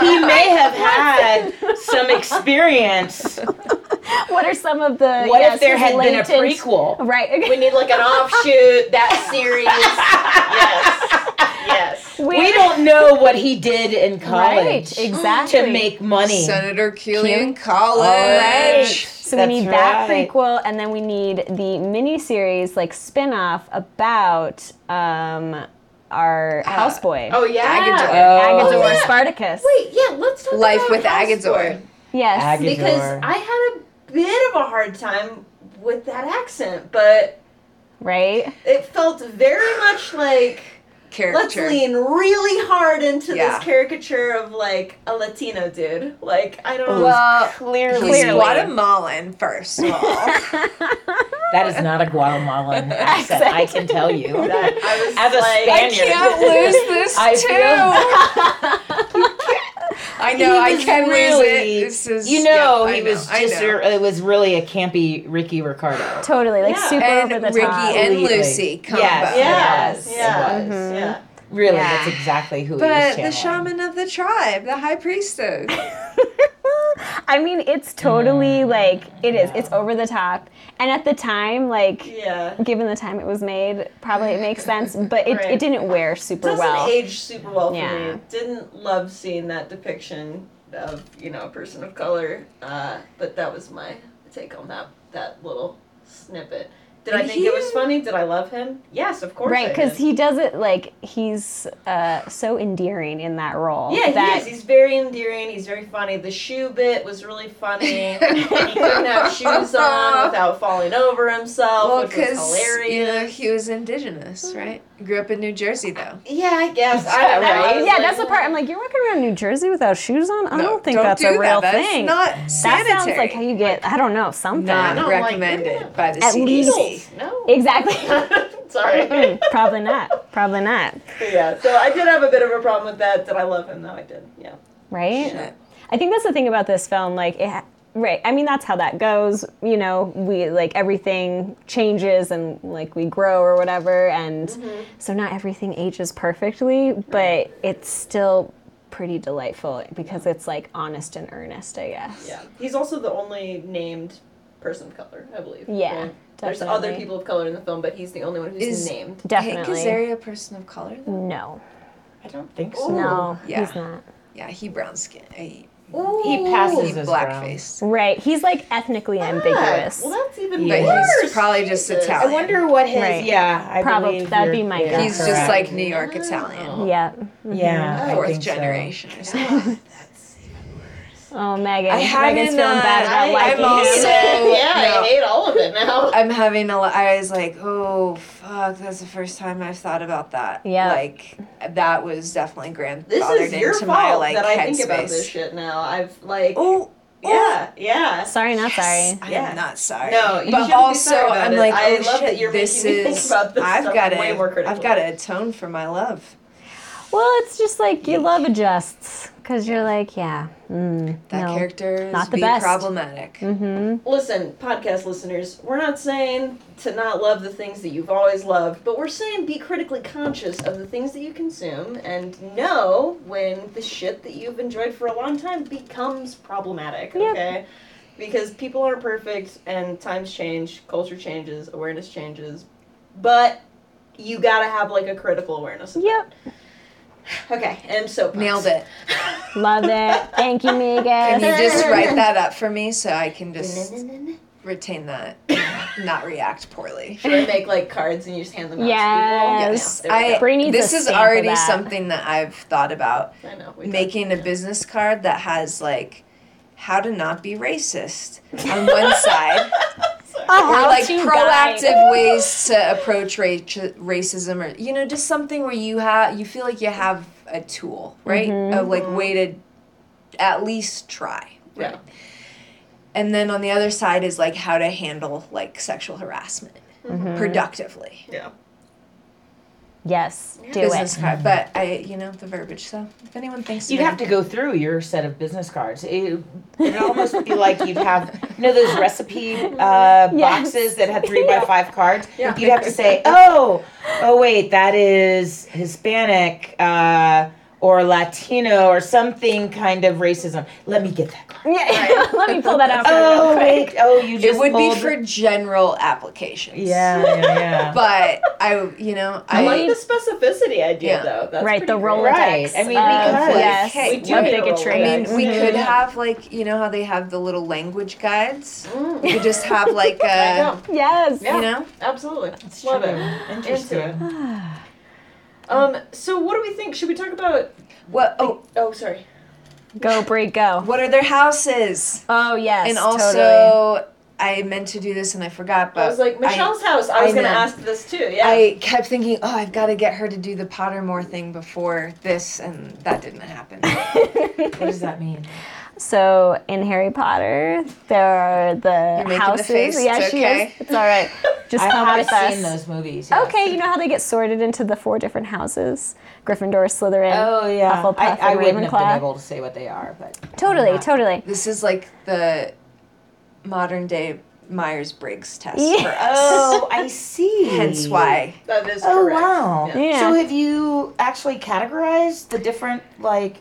Speaker 8: he may have had some experience.
Speaker 6: "What are some of the
Speaker 8: What
Speaker 6: Uh, yes,
Speaker 8: if there had been a
Speaker 6: latent-
Speaker 8: prequel?
Speaker 6: Right. (laughs)
Speaker 7: We need like an offshoot, that series.
Speaker 3: (laughs)
Speaker 7: yes. Yes.
Speaker 8: We don't know what he did in college
Speaker 6: Right, exactly.
Speaker 8: to make money.
Speaker 3: Senator Keeley in
Speaker 8: All right.
Speaker 3: college.
Speaker 6: So
Speaker 8: That's
Speaker 6: we need that
Speaker 8: right.
Speaker 6: prequel, and then we need the mini series, like spin off about um, our houseboy.
Speaker 7: Oh, yeah.
Speaker 3: Agador.
Speaker 6: Agador
Speaker 8: Oh.
Speaker 6: Spartacus.
Speaker 7: Wait, yeah, let's talk
Speaker 3: Life
Speaker 7: about
Speaker 3: with
Speaker 7: Houseboy.
Speaker 3: Agador.
Speaker 6: Yes.
Speaker 8: Agador.
Speaker 7: Because I had a bit of a hard time with that accent, but
Speaker 6: right?
Speaker 7: it felt very much like let's
Speaker 3: Character.
Speaker 7: lean really hard into
Speaker 3: Yeah.
Speaker 7: this caricature of like a Latino dude. Like, I don't
Speaker 3: Well,
Speaker 7: clearly.
Speaker 3: He's Guatemalan first of all.
Speaker 8: that is not a
Speaker 6: (laughs)
Speaker 8: Guatemalan accent, I can tell you.
Speaker 7: that I was
Speaker 8: As a
Speaker 7: like,
Speaker 3: I
Speaker 8: Spaniard.
Speaker 3: can't lose (laughs) this
Speaker 8: I
Speaker 3: too.
Speaker 8: feel-
Speaker 3: I know.
Speaker 8: He
Speaker 3: I
Speaker 8: was
Speaker 3: can lose
Speaker 8: really-
Speaker 3: it. This is
Speaker 8: You know,
Speaker 3: yeah, I
Speaker 8: he was
Speaker 3: I
Speaker 8: just,
Speaker 3: know.
Speaker 8: it was really a campy Ricky Ricardo.
Speaker 6: Totally, like
Speaker 7: Yeah.
Speaker 6: super
Speaker 3: and
Speaker 6: over the
Speaker 3: Ricky
Speaker 6: top.
Speaker 3: and
Speaker 8: Completely.
Speaker 3: Lucy combo.
Speaker 8: Yes.
Speaker 7: Yes.
Speaker 8: Yes,
Speaker 7: Yes.
Speaker 8: it was.
Speaker 7: Yeah.
Speaker 6: Mm-hmm.
Speaker 8: Really,
Speaker 3: Yeah.
Speaker 8: that's exactly who he was
Speaker 3: But the
Speaker 8: channeling.
Speaker 3: shaman of the tribe, the high priestess.
Speaker 6: (laughs) I mean, it's totally like it is. It's over the top, and at the time, like
Speaker 7: Yeah.
Speaker 6: given the time it was made, probably it makes
Speaker 7: (laughs)
Speaker 6: sense. But it, it
Speaker 7: Right.
Speaker 6: didn't wear super
Speaker 7: Doesn't
Speaker 6: well.
Speaker 7: age super well for
Speaker 6: Yeah.
Speaker 7: me. Didn't love seeing that depiction of you know a person of color. Uh, but that was my take on that that little snippet. Did I
Speaker 3: And
Speaker 7: think it was
Speaker 3: he-
Speaker 7: funny? Did I love him? Yes, of course.
Speaker 6: Right, because
Speaker 7: because
Speaker 6: he does it like he's uh, so endearing in that role.
Speaker 7: Yeah,
Speaker 6: that,
Speaker 7: he is. He's very endearing. He's very funny. The shoe bit was really funny. he
Speaker 6: (laughs)
Speaker 7: couldn't have shoes on without falling over himself,
Speaker 3: well,
Speaker 7: which was
Speaker 3: because
Speaker 7: hilarious.
Speaker 3: you know he was indigenous, right? Grew up in New Jersey, though.
Speaker 7: Yeah,
Speaker 6: (laughs)
Speaker 7: I guess. I don't know. I
Speaker 6: Right?
Speaker 7: was
Speaker 6: Yeah,
Speaker 7: like,
Speaker 6: that's the part. I'm like, you're walking around New Jersey without shoes on. I
Speaker 3: No,
Speaker 6: don't think that's
Speaker 3: do
Speaker 6: a real
Speaker 3: that.
Speaker 6: thing.
Speaker 3: That's not
Speaker 6: that
Speaker 3: sanitary.
Speaker 6: sounds like how you get. I don't know something.
Speaker 3: not
Speaker 7: No, like,
Speaker 3: recommended
Speaker 7: look at
Speaker 3: by the
Speaker 6: At
Speaker 3: CDC.
Speaker 6: least.
Speaker 7: No.
Speaker 6: Exactly.
Speaker 7: (laughs)
Speaker 6: (laughs)
Speaker 7: Sorry.
Speaker 6: Mm, Probably not. Probably not.
Speaker 7: But yeah, so I did have a bit of a problem with that. Did I love him though? I did. Yeah.
Speaker 6: Right. I think that's the thing about this film. Like, it, ha- right? I mean, that's how that goes. You know, we like everything changes and like we grow or whatever, and
Speaker 7: Mm-hmm.
Speaker 6: so not everything ages perfectly, but it's still pretty delightful because it's like honest and earnest. I guess.
Speaker 7: Yeah. He's also the only named person of color, I believe.
Speaker 6: Yeah,
Speaker 7: There's other
Speaker 6: definitely.
Speaker 7: people of color in the film, but he's the only one who's
Speaker 3: Is-
Speaker 7: named.
Speaker 6: Definitely.
Speaker 3: Hank Azaria, a person of color, though.
Speaker 6: No.
Speaker 8: I don't think so.
Speaker 6: No,
Speaker 3: yeah.
Speaker 6: he's not.
Speaker 3: Yeah, he brown skin. He,
Speaker 8: He passes
Speaker 3: he
Speaker 8: as
Speaker 3: black
Speaker 8: brown.
Speaker 3: faced.
Speaker 6: Right. He's like ethnically ambiguous.
Speaker 7: Well, that's even
Speaker 8: Yeah.
Speaker 7: worse.
Speaker 3: But he's probably just
Speaker 7: Jesus.
Speaker 8: I
Speaker 3: Italian.
Speaker 8: wonder what his
Speaker 6: Right.
Speaker 8: yeah. I
Speaker 6: Probably-
Speaker 8: believe
Speaker 6: that'd
Speaker 8: you're-
Speaker 6: be my
Speaker 8: you're
Speaker 6: guess.
Speaker 3: He's just
Speaker 8: correct.
Speaker 3: like New York
Speaker 7: Oh.
Speaker 3: Italian,
Speaker 6: yeah. Mm-hmm.
Speaker 8: yeah, I
Speaker 3: fourth
Speaker 8: think so.
Speaker 3: generation or something.
Speaker 6: Oh, Megan.
Speaker 3: I haven't,
Speaker 6: Megan's feeling bad
Speaker 3: uh,
Speaker 6: about
Speaker 3: I-
Speaker 6: liking
Speaker 3: I'm
Speaker 6: him.
Speaker 3: also-
Speaker 7: (laughs) yeah,
Speaker 3: No.
Speaker 7: I hate all of it now.
Speaker 3: (laughs) I'm having a lot. I was like, oh fuck, that's the first time I've thought about that.
Speaker 6: Yeah.
Speaker 3: like that was definitely grandfathered
Speaker 7: This is your
Speaker 3: into
Speaker 7: fault
Speaker 3: my like
Speaker 7: that I
Speaker 3: headspace.
Speaker 7: think about this shit now. I've like,
Speaker 3: Oh, oh,
Speaker 7: yeah, yeah.
Speaker 6: Sorry, not sorry.
Speaker 3: I
Speaker 7: Yeah.
Speaker 3: am not sorry.
Speaker 7: No, you shouldn't
Speaker 3: but
Speaker 7: be
Speaker 3: also
Speaker 7: sorry about
Speaker 3: I'm
Speaker 7: it.
Speaker 3: like,
Speaker 7: I
Speaker 3: oh
Speaker 7: love
Speaker 3: shit,
Speaker 7: that you're
Speaker 3: this
Speaker 7: making me
Speaker 3: is.
Speaker 7: think about this
Speaker 3: I've
Speaker 7: stuff
Speaker 3: got
Speaker 7: way more
Speaker 3: to. I've
Speaker 7: critically.
Speaker 3: got to atone for my love.
Speaker 6: Well, it's just like your love adjusts because you're like, yeah, mm,
Speaker 3: That
Speaker 6: no.
Speaker 3: character is
Speaker 6: not the
Speaker 3: be
Speaker 6: best. Mm-hmm.
Speaker 3: problematic.
Speaker 7: Listen, podcast listeners, we're not saying to not love the things that you've always loved, but we're saying be critically conscious of the things that you consume and know when the shit that you've enjoyed for a long time becomes problematic,
Speaker 6: Yep.
Speaker 7: okay? Because people aren't perfect and times change, culture changes, awareness changes, but you gotta have like a critical awareness. of
Speaker 6: Yep.
Speaker 7: Okay, and so
Speaker 3: Nailed
Speaker 6: (laughs)
Speaker 3: it.
Speaker 6: Love it. Thank you, Megan.
Speaker 3: Can you just write that up for me so I
Speaker 6: (laughs)
Speaker 3: can just retain that, and not react poorly?
Speaker 7: Should I make like cards and you just hand them out
Speaker 6: Yes.
Speaker 7: to people?
Speaker 3: I,
Speaker 6: Bree needs
Speaker 3: this
Speaker 6: a
Speaker 3: is
Speaker 6: stamp of
Speaker 3: already
Speaker 6: that.
Speaker 3: something that I've thought about
Speaker 7: I, I know. we
Speaker 3: making a business card that has like how to not be racist on one (laughs) side
Speaker 6: Oh,
Speaker 3: or
Speaker 6: (laughs) how
Speaker 3: like
Speaker 6: to
Speaker 3: proactive
Speaker 6: guide.
Speaker 3: ways to approach ra- racism or you know just something where you have you feel like you have a tool right
Speaker 6: Mm-hmm.
Speaker 3: of like way to at least try
Speaker 7: Yeah.
Speaker 3: and then on the other side is like how to handle like sexual harassment productively
Speaker 7: Yeah.
Speaker 6: Yes, do
Speaker 3: business
Speaker 6: it.
Speaker 3: card but i you know the verbiage so if anyone thinks
Speaker 8: You'd have to go through your set of business cards. It would almost be like you'd have, you know, those recipe uh,
Speaker 6: Yes.
Speaker 8: boxes that had three by five cards.
Speaker 7: Yeah.
Speaker 8: You'd have to say, oh, oh wait, that is Hispanic uh, or Latino or something kind of racism. Let me get that card.
Speaker 6: (laughs) Yeah, (laughs) let me pull that out. for you real
Speaker 8: Oh
Speaker 6: quick.
Speaker 8: wait, oh you just
Speaker 3: it would be
Speaker 8: pulled-
Speaker 3: for general applications
Speaker 8: (laughs) yeah yeah
Speaker 3: (laughs)
Speaker 8: yeah.
Speaker 3: but i you know i,
Speaker 6: I
Speaker 7: like the specificity idea
Speaker 3: Yeah.
Speaker 7: though. That's
Speaker 6: right, the
Speaker 7: pretty
Speaker 6: Rolodex.
Speaker 7: great.
Speaker 8: Right. I mean,
Speaker 6: of-
Speaker 8: because-
Speaker 6: yes,
Speaker 3: Hey,
Speaker 7: we do
Speaker 6: of
Speaker 7: need a
Speaker 6: bigotry.
Speaker 3: I mean, we
Speaker 7: Mhm.
Speaker 3: could have like you know how they have the little language guides.
Speaker 7: Mm,
Speaker 3: We could just have like a
Speaker 6: yes.
Speaker 7: Yeah.
Speaker 3: you know
Speaker 7: Absolutely.
Speaker 8: It's
Speaker 7: Love
Speaker 8: true.
Speaker 7: it.
Speaker 8: Interesting.
Speaker 7: Um, so what do we think? Should we talk about
Speaker 3: what oh
Speaker 7: oh sorry.
Speaker 6: (sighs) Go, Brie, go.
Speaker 3: what are their houses?
Speaker 6: Oh yes,
Speaker 3: and also,
Speaker 6: totally.
Speaker 3: I meant to do this and Uh, I forgot. But
Speaker 7: I was like, Michelle's house. I was
Speaker 3: I
Speaker 7: gonna
Speaker 3: know.
Speaker 7: ask this too, yeah.
Speaker 3: I kept thinking, oh, I've got to get her to do the Pottermore thing before this, and that didn't happen.
Speaker 8: What does that mean?
Speaker 6: So in Harry Potter, there are the
Speaker 3: making the
Speaker 6: houses.
Speaker 3: face,
Speaker 6: yeah,
Speaker 3: it's
Speaker 6: she
Speaker 3: okay.
Speaker 6: is. It's all right. Just
Speaker 8: I
Speaker 6: come
Speaker 8: have
Speaker 6: with us.
Speaker 8: seen those movies. yes.
Speaker 6: Okay, you know how they get sorted into the four different houses: Gryffindor, Slytherin,
Speaker 8: Oh yeah,
Speaker 6: Hufflepuff,
Speaker 8: I, I
Speaker 6: and
Speaker 8: wouldn't have been
Speaker 6: Ravenclaw.
Speaker 8: able to say what they are, but
Speaker 6: Totally,
Speaker 8: not-
Speaker 6: totally.
Speaker 3: this is like the modern day Myers Briggs test for
Speaker 6: Yeah.
Speaker 3: us.
Speaker 8: Oh, (laughs) I see.
Speaker 3: Hence why
Speaker 7: that is
Speaker 8: Oh
Speaker 7: correct.
Speaker 8: wow.
Speaker 7: Yeah.
Speaker 6: Yeah.
Speaker 10: So have you actually categorized the different like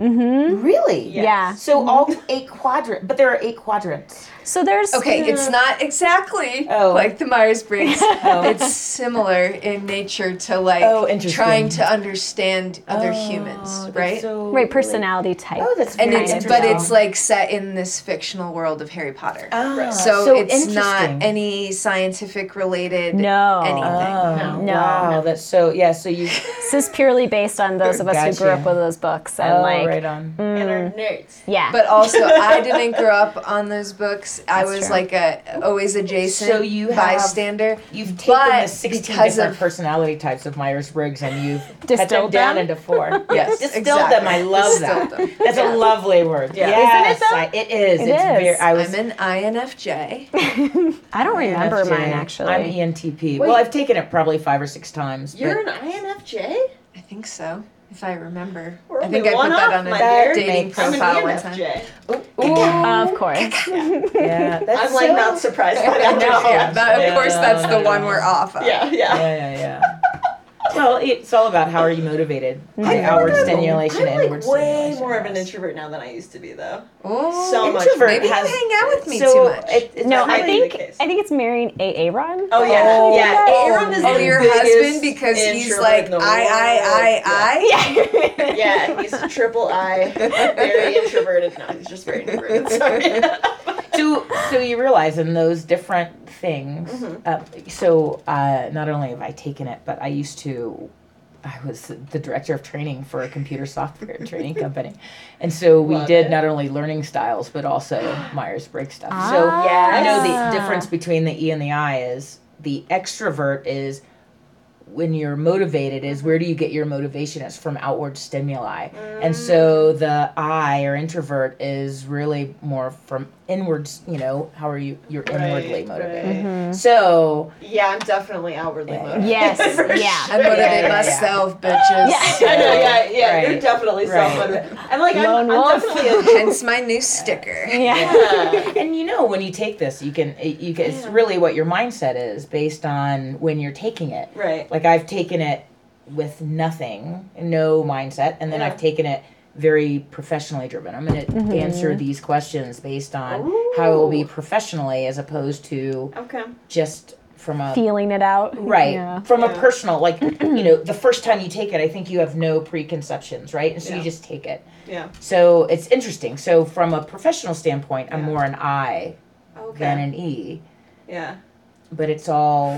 Speaker 6: Mm-hmm.
Speaker 10: really?
Speaker 6: Yeah.
Speaker 10: So all eight quadrant, but there are eight quadrants.
Speaker 6: So there's
Speaker 3: Okay, it's not exactly
Speaker 8: Oh.
Speaker 3: like the Myers Briggs.
Speaker 8: (laughs) Oh.
Speaker 3: It's similar in nature to like
Speaker 8: Oh, interesting. Oh,
Speaker 3: trying to understand other
Speaker 6: Oh,
Speaker 3: humans, right?
Speaker 6: right personality type.
Speaker 10: Oh, that's
Speaker 3: and
Speaker 10: very
Speaker 3: it's
Speaker 10: interesting.
Speaker 3: but it's like set in this fictional world of Harry Potter.
Speaker 8: Oh,
Speaker 3: so,
Speaker 8: so
Speaker 3: it's not
Speaker 8: interesting.
Speaker 3: any scientific related
Speaker 6: no.
Speaker 3: anything.
Speaker 8: Oh,
Speaker 6: No.
Speaker 8: wow, that's so yeah.
Speaker 3: (laughs)
Speaker 8: So you
Speaker 6: This is purely based on those of us who grew
Speaker 8: Gotcha.
Speaker 6: up with those books and
Speaker 8: oh,
Speaker 6: like Mm.
Speaker 8: right on.
Speaker 7: And our nerds.
Speaker 6: yeah.
Speaker 3: But
Speaker 8: (laughs)
Speaker 3: also, I didn't grow up on those books. I
Speaker 6: That's
Speaker 3: was
Speaker 6: true.
Speaker 3: like a always adjacent
Speaker 8: So you have-
Speaker 3: bystander.
Speaker 8: You've taken the
Speaker 3: but
Speaker 8: sixteen
Speaker 3: because
Speaker 8: different
Speaker 3: of-
Speaker 8: personality types of Myers Briggs and
Speaker 6: (laughs)
Speaker 8: you've cut them
Speaker 6: Distilled
Speaker 8: down
Speaker 6: them?
Speaker 8: into
Speaker 6: (laughs)
Speaker 8: four.
Speaker 3: (laughs) Yes,
Speaker 8: distilled them. I
Speaker 3: exactly.
Speaker 8: love
Speaker 3: Distilled
Speaker 8: that.
Speaker 3: them.
Speaker 8: That's a lovely word.
Speaker 7: Yeah.
Speaker 8: Yes, I- it is.
Speaker 6: It
Speaker 8: it's
Speaker 6: is.
Speaker 8: Very, I was
Speaker 3: I'm an INFJ.
Speaker 6: I don't remember
Speaker 8: INFJ.
Speaker 6: mine actually.
Speaker 8: I'm E ENTP. Well, I've taken it probably five or six times. but- (laughs)
Speaker 7: You're an INFJ?
Speaker 3: I think so, if I remember.
Speaker 7: We're
Speaker 3: I think
Speaker 7: only
Speaker 3: I put
Speaker 7: one
Speaker 3: that
Speaker 7: off,
Speaker 3: on a
Speaker 7: my dear.
Speaker 3: dating
Speaker 8: Makes- I'm
Speaker 7: I'm
Speaker 3: profile
Speaker 7: an
Speaker 3: one time.
Speaker 7: ENFJ.
Speaker 6: of course.
Speaker 8: yeah, that's
Speaker 7: I'm like (laughs)
Speaker 8: so-
Speaker 7: not surprised by
Speaker 3: I (laughs)
Speaker 7: that.
Speaker 3: know.
Speaker 7: Yeah.
Speaker 3: That, of
Speaker 8: Yeah.
Speaker 3: course, that's the one we're off of.
Speaker 7: Yeah, yeah.
Speaker 8: Yeah, yeah, yeah. well, it's all about how are you motivated? The outward stimulation,
Speaker 7: I'm like
Speaker 8: inward
Speaker 7: way
Speaker 8: stimulation.
Speaker 7: more of an introvert now than I used to be though.
Speaker 3: Oh,
Speaker 7: So much.
Speaker 8: Introvert
Speaker 3: maybe
Speaker 8: has-
Speaker 3: you hang out with me
Speaker 8: so
Speaker 3: too much.
Speaker 8: It, it's
Speaker 6: No,
Speaker 8: not
Speaker 6: I
Speaker 7: That's
Speaker 8: really-
Speaker 7: the
Speaker 6: think
Speaker 7: case.
Speaker 6: I think it's marrying A. Ron.
Speaker 7: Oh yeah,
Speaker 8: Oh,
Speaker 7: yeah.
Speaker 8: yeah.
Speaker 7: Aaron is
Speaker 3: Oh,
Speaker 7: the
Speaker 3: your
Speaker 7: biggest
Speaker 3: husband because he's
Speaker 7: introvert
Speaker 3: like
Speaker 7: in
Speaker 3: I
Speaker 7: the
Speaker 3: I I
Speaker 7: world.
Speaker 3: I.
Speaker 6: Yeah.
Speaker 7: Yeah, he's a triple I, very introverted. No, he's just very introverted. (laughs) Sorry.
Speaker 8: so, so you realize in those different things.
Speaker 7: Mm-hmm.
Speaker 8: uh, so, uh, not only have I taken it, but I used to. I was the director of training for a
Speaker 7: (laughs)
Speaker 8: computer software training company, and so we
Speaker 7: Love
Speaker 8: did
Speaker 7: it.
Speaker 8: not only learning styles but also Myers Briggs stuff. So
Speaker 6: Ah.
Speaker 8: I know
Speaker 6: Ah.
Speaker 8: the difference between the E and the I is the extrovert is when you're motivated is where do you get your motivation it's from outward stimuli
Speaker 7: Mm.
Speaker 8: and so the i or introvert is really more from inwards you know how are you you're inwardly
Speaker 7: Right, Mm-hmm.
Speaker 8: motivated
Speaker 7: right.
Speaker 8: so
Speaker 7: Yeah, I'm definitely outwardly motivated.
Speaker 6: Yes.
Speaker 7: For
Speaker 6: Yeah.
Speaker 3: I motivate
Speaker 8: yeah, yeah.
Speaker 3: myself, bitches.
Speaker 6: Yeah.
Speaker 7: (laughs) I know, yeah, yeah, you're
Speaker 8: Right,
Speaker 7: definitely
Speaker 8: right.
Speaker 7: self-motivated. I'm like, I'm,
Speaker 6: Lone
Speaker 7: I'm
Speaker 6: wolf.
Speaker 3: (laughs) (laughs)
Speaker 7: definitely
Speaker 3: Hence my new sticker.
Speaker 6: Yeah.
Speaker 7: a...
Speaker 8: and you know when you take this you can it- you can, it's really what your mindset is based on when you're taking it
Speaker 7: Right.
Speaker 8: like i've taken it with nothing no mindset and then
Speaker 7: Yeah. Mm-hmm.
Speaker 8: i've taken it very professionally driven i'm going to answer these questions based on how it will be
Speaker 7: Ooh.
Speaker 8: professionally as opposed to
Speaker 7: Okay.
Speaker 8: just from a
Speaker 6: feeling it out.
Speaker 8: right
Speaker 6: Yeah.
Speaker 8: from a personal
Speaker 7: (clears throat)
Speaker 8: like you know the first time you take it i think you have no preconceptions right and so
Speaker 9: Yeah.
Speaker 8: you just take it
Speaker 9: Yeah.
Speaker 8: so it's interesting so from a professional standpoint i'm more an i
Speaker 9: Okay.
Speaker 8: than an e
Speaker 9: yeah.
Speaker 8: but it's all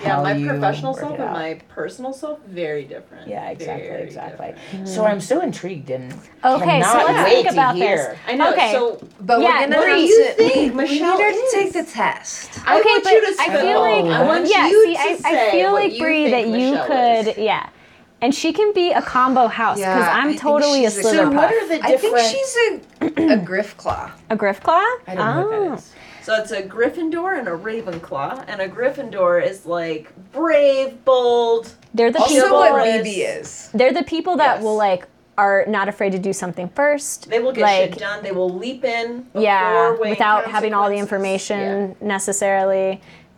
Speaker 9: Yeah,
Speaker 8: how
Speaker 9: my
Speaker 8: you
Speaker 9: professional
Speaker 8: work
Speaker 9: self
Speaker 8: it
Speaker 9: and
Speaker 8: out.
Speaker 9: my personal self very different.
Speaker 8: yeah exactly
Speaker 9: Very
Speaker 8: exactly
Speaker 9: different.
Speaker 8: so i'm so intrigued and
Speaker 6: Okay, so
Speaker 8: cannot
Speaker 6: let's
Speaker 8: wait
Speaker 6: think
Speaker 8: to
Speaker 6: about this.
Speaker 8: hear.
Speaker 9: I know.
Speaker 6: Okay.
Speaker 9: So
Speaker 3: But
Speaker 6: Yeah,
Speaker 3: we're gonna
Speaker 6: what do
Speaker 3: have
Speaker 9: you
Speaker 3: to,
Speaker 9: think
Speaker 3: Michelle
Speaker 9: Michelle
Speaker 3: we need her to
Speaker 9: is?
Speaker 3: take the test.
Speaker 9: I
Speaker 6: okay,
Speaker 9: want
Speaker 6: but
Speaker 9: you to
Speaker 6: I feel
Speaker 9: spitball.
Speaker 6: like
Speaker 9: I want
Speaker 6: yeah.
Speaker 9: you
Speaker 6: see,
Speaker 9: to
Speaker 6: I, I
Speaker 9: say
Speaker 6: feel
Speaker 9: what
Speaker 6: like
Speaker 9: you
Speaker 6: Bree that
Speaker 9: think
Speaker 6: you
Speaker 9: Michelle
Speaker 6: could
Speaker 9: is.
Speaker 6: yeah, and she can be a combo house because
Speaker 3: Yeah, I
Speaker 6: I'm
Speaker 3: think
Speaker 6: totally a
Speaker 3: she's a good
Speaker 8: so
Speaker 3: one.
Speaker 6: Slytherin,
Speaker 8: what are the
Speaker 3: I
Speaker 8: different
Speaker 3: think she's a a griffclaw.
Speaker 6: a Griffclaw.
Speaker 8: I don't know what
Speaker 6: Oh.
Speaker 8: that is
Speaker 7: So it's a Gryffindor and a Ravenclaw, and a Gryffindor is like brave, bold.
Speaker 6: They're the
Speaker 3: Also,
Speaker 6: people.
Speaker 3: what
Speaker 7: Chivalrous.
Speaker 3: BB is.
Speaker 8: (laughs)
Speaker 6: They're the people that
Speaker 7: Yes.
Speaker 6: will like are not afraid to do something first.
Speaker 7: They will get
Speaker 6: Like-
Speaker 7: shit done. They will leap in. before
Speaker 6: yeah,
Speaker 7: weighing
Speaker 6: without having all the
Speaker 7: consequences.
Speaker 6: information necessarily.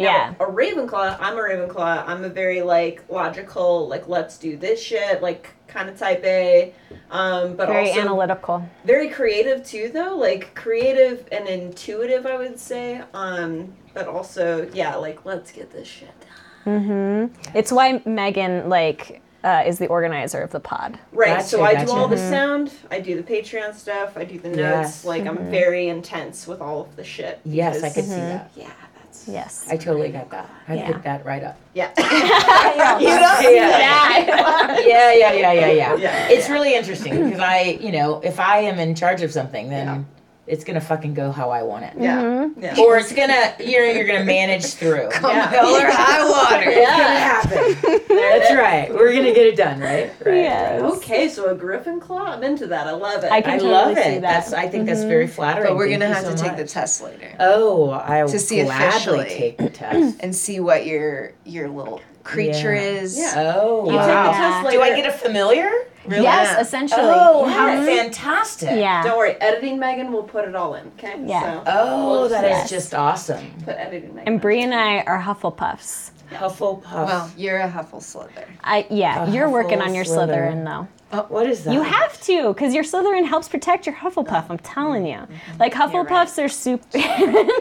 Speaker 6: Yeah.
Speaker 7: Now, a Ravenclaw, I'm a Ravenclaw. I'm a very like logical, like let's do this shit, like kind of type A. Um, but
Speaker 6: Very
Speaker 7: also
Speaker 6: analytical.
Speaker 7: very creative too though, like creative and intuitive I would say. Um, but also yeah, like let's get this shit done.
Speaker 6: hmm It's why Megan like uh, is the organizer of the pod.
Speaker 7: Right. so
Speaker 8: Gotcha,
Speaker 7: I
Speaker 8: gotcha. Mm-hmm.
Speaker 7: do all the sound, I do the Patreon stuff, I do the notes,
Speaker 8: Yes. Mm-hmm.
Speaker 7: like I'm very intense with all of the shit.
Speaker 8: yes i
Speaker 7: because-
Speaker 8: could see that
Speaker 7: Yeah, that's
Speaker 6: Yes.
Speaker 8: i totally got that i
Speaker 6: Mm-hmm. Yeah.
Speaker 8: picked that
Speaker 6: (laughs)
Speaker 8: right up
Speaker 7: yeah. (laughs)
Speaker 3: (laughs) You know?
Speaker 8: yeah, yeah, yeah, yeah, yeah.
Speaker 7: Yeah.
Speaker 8: It's really interesting because I, you know, if I am in charge of something, then it's gonna fucking go how I want it,
Speaker 7: Yeah.
Speaker 6: Mhm.
Speaker 7: Yeah.
Speaker 8: or it's gonna you're you're gonna manage through.
Speaker 3: Come color high water.
Speaker 8: It's gonna happen. (laughs) That's right. We're gonna get it done, right? Right.
Speaker 6: Yes.
Speaker 7: Okay, so a Griffin Claw, I'm into that. I love it.
Speaker 6: I
Speaker 8: I
Speaker 6: can totally
Speaker 8: love it.
Speaker 6: see that. Mm-hmm.
Speaker 8: That's I think that's very flattering.
Speaker 3: But we're
Speaker 8: Thank
Speaker 3: gonna
Speaker 8: you
Speaker 3: have to
Speaker 8: so
Speaker 3: take the
Speaker 8: much.
Speaker 3: test later
Speaker 8: Oh, I will
Speaker 3: To see
Speaker 8: gladly
Speaker 3: officially.
Speaker 8: take the test.
Speaker 3: and see what your your little creature
Speaker 8: Yeah.
Speaker 3: is.
Speaker 7: Yeah.
Speaker 8: (clears throat) Oh,
Speaker 7: You
Speaker 8: wow.
Speaker 7: take the test later.
Speaker 8: Do I get a familiar?
Speaker 6: Yes, essentially.
Speaker 8: Oh, how
Speaker 6: Mhm.
Speaker 8: fantastic!
Speaker 6: Yeah.
Speaker 7: Don't worry, editing Megan will put it all in. Okay.
Speaker 6: Yeah.
Speaker 7: So
Speaker 8: Oh, that is
Speaker 6: Yes.
Speaker 8: just awesome.
Speaker 7: put editing Megan.
Speaker 6: And Bree and I are Hufflepuffs.
Speaker 8: Hufflepuff.
Speaker 3: Well, you're a Huffle Slither.
Speaker 6: I yeah,
Speaker 8: A
Speaker 6: you're working
Speaker 8: Huffle
Speaker 6: on your
Speaker 8: Slytherin.
Speaker 6: Slytherin though.
Speaker 8: what is that?
Speaker 6: You have to, because your Slytherin helps protect your Hufflepuff. I'm telling you,
Speaker 7: Mm-hmm.
Speaker 6: like Hufflepuffs are (laughs) super. so
Speaker 8: (laughs)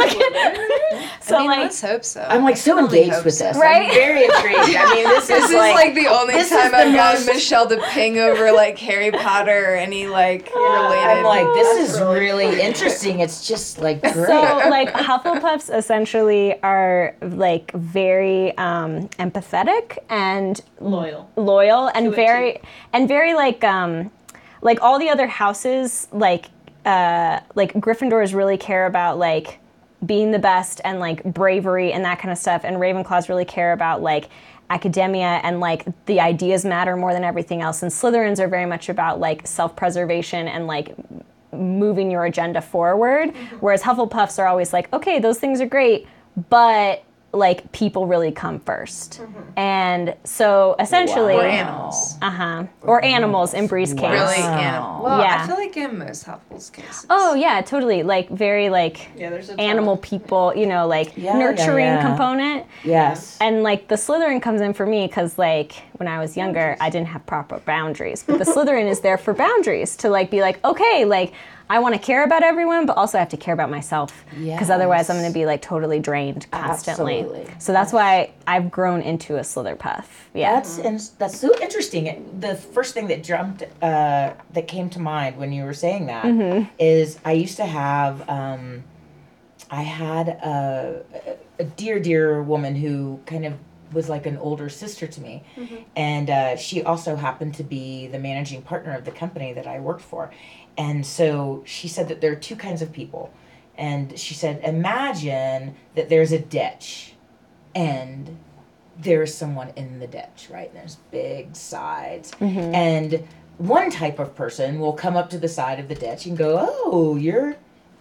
Speaker 3: I mean,
Speaker 6: like,
Speaker 3: let's hope so.
Speaker 8: I'm like so
Speaker 3: I really
Speaker 8: engaged
Speaker 3: hope
Speaker 8: with
Speaker 3: so.
Speaker 8: this.
Speaker 6: Right?
Speaker 8: I'm very intrigued. I mean, this,
Speaker 3: This is like, the only
Speaker 8: this is
Speaker 3: time
Speaker 8: the
Speaker 3: I've gotten
Speaker 8: most-
Speaker 3: Michelle to ping over like Harry Potter or any like related.
Speaker 8: (laughs) I'm like this is really interesting. It's just like
Speaker 6: (laughs)
Speaker 8: great.
Speaker 6: so like Hufflepuffs essentially are like very um, empathetic and
Speaker 7: loyal.
Speaker 6: loyal and
Speaker 7: a
Speaker 6: very and very like um like all the other houses like uh like gryffindors really care about like being the best and like bravery and that kind of stuff and ravenclaws really care about like academia and like the ideas matter more than everything else and slytherins are very much about like self-preservation and like moving your agenda forward.
Speaker 3: Mm-hmm.
Speaker 6: Whereas Hufflepuffs are always like, okay, those things are great, but like people really come 1st And so essentially,
Speaker 3: Mm-hmm. Or animals.
Speaker 6: uh huh, or animals in Bree's case.
Speaker 3: Really?
Speaker 8: Wow.
Speaker 3: Animal. Well,
Speaker 6: Yeah.
Speaker 3: I feel like in most Huffles cases.
Speaker 6: Oh yeah, totally. Like very like
Speaker 7: Yeah, there's a ton
Speaker 6: animal people, you know, like
Speaker 8: Yeah, yeah,
Speaker 6: nurturing
Speaker 8: yeah.
Speaker 6: component.
Speaker 8: yes.
Speaker 6: And like the Slytherin comes in for me because like when I was younger, I didn't have proper boundaries. But the Slytherin is there for boundaries to like be like, okay, like I want to care about everyone, but also I have to care about myself because otherwise I'm going to be like totally drained constantly.
Speaker 8: Absolutely.
Speaker 6: So that's why I've grown into a Slitherpuff. Yeah.
Speaker 8: That's and that's so interesting. It- The first thing that jumped uh, that came to mind when you were saying that is I used to have um, I had a, a dear dear woman who kind of was like an older sister to me, and uh, she also happened to be the managing partner of the company that I worked for, and so she said that there are two kinds of people, and she said imagine that there's a ditch, and there's someone in the ditch, right? There's big sides. And one type of person will come up to the side of the ditch and go, Oh, you're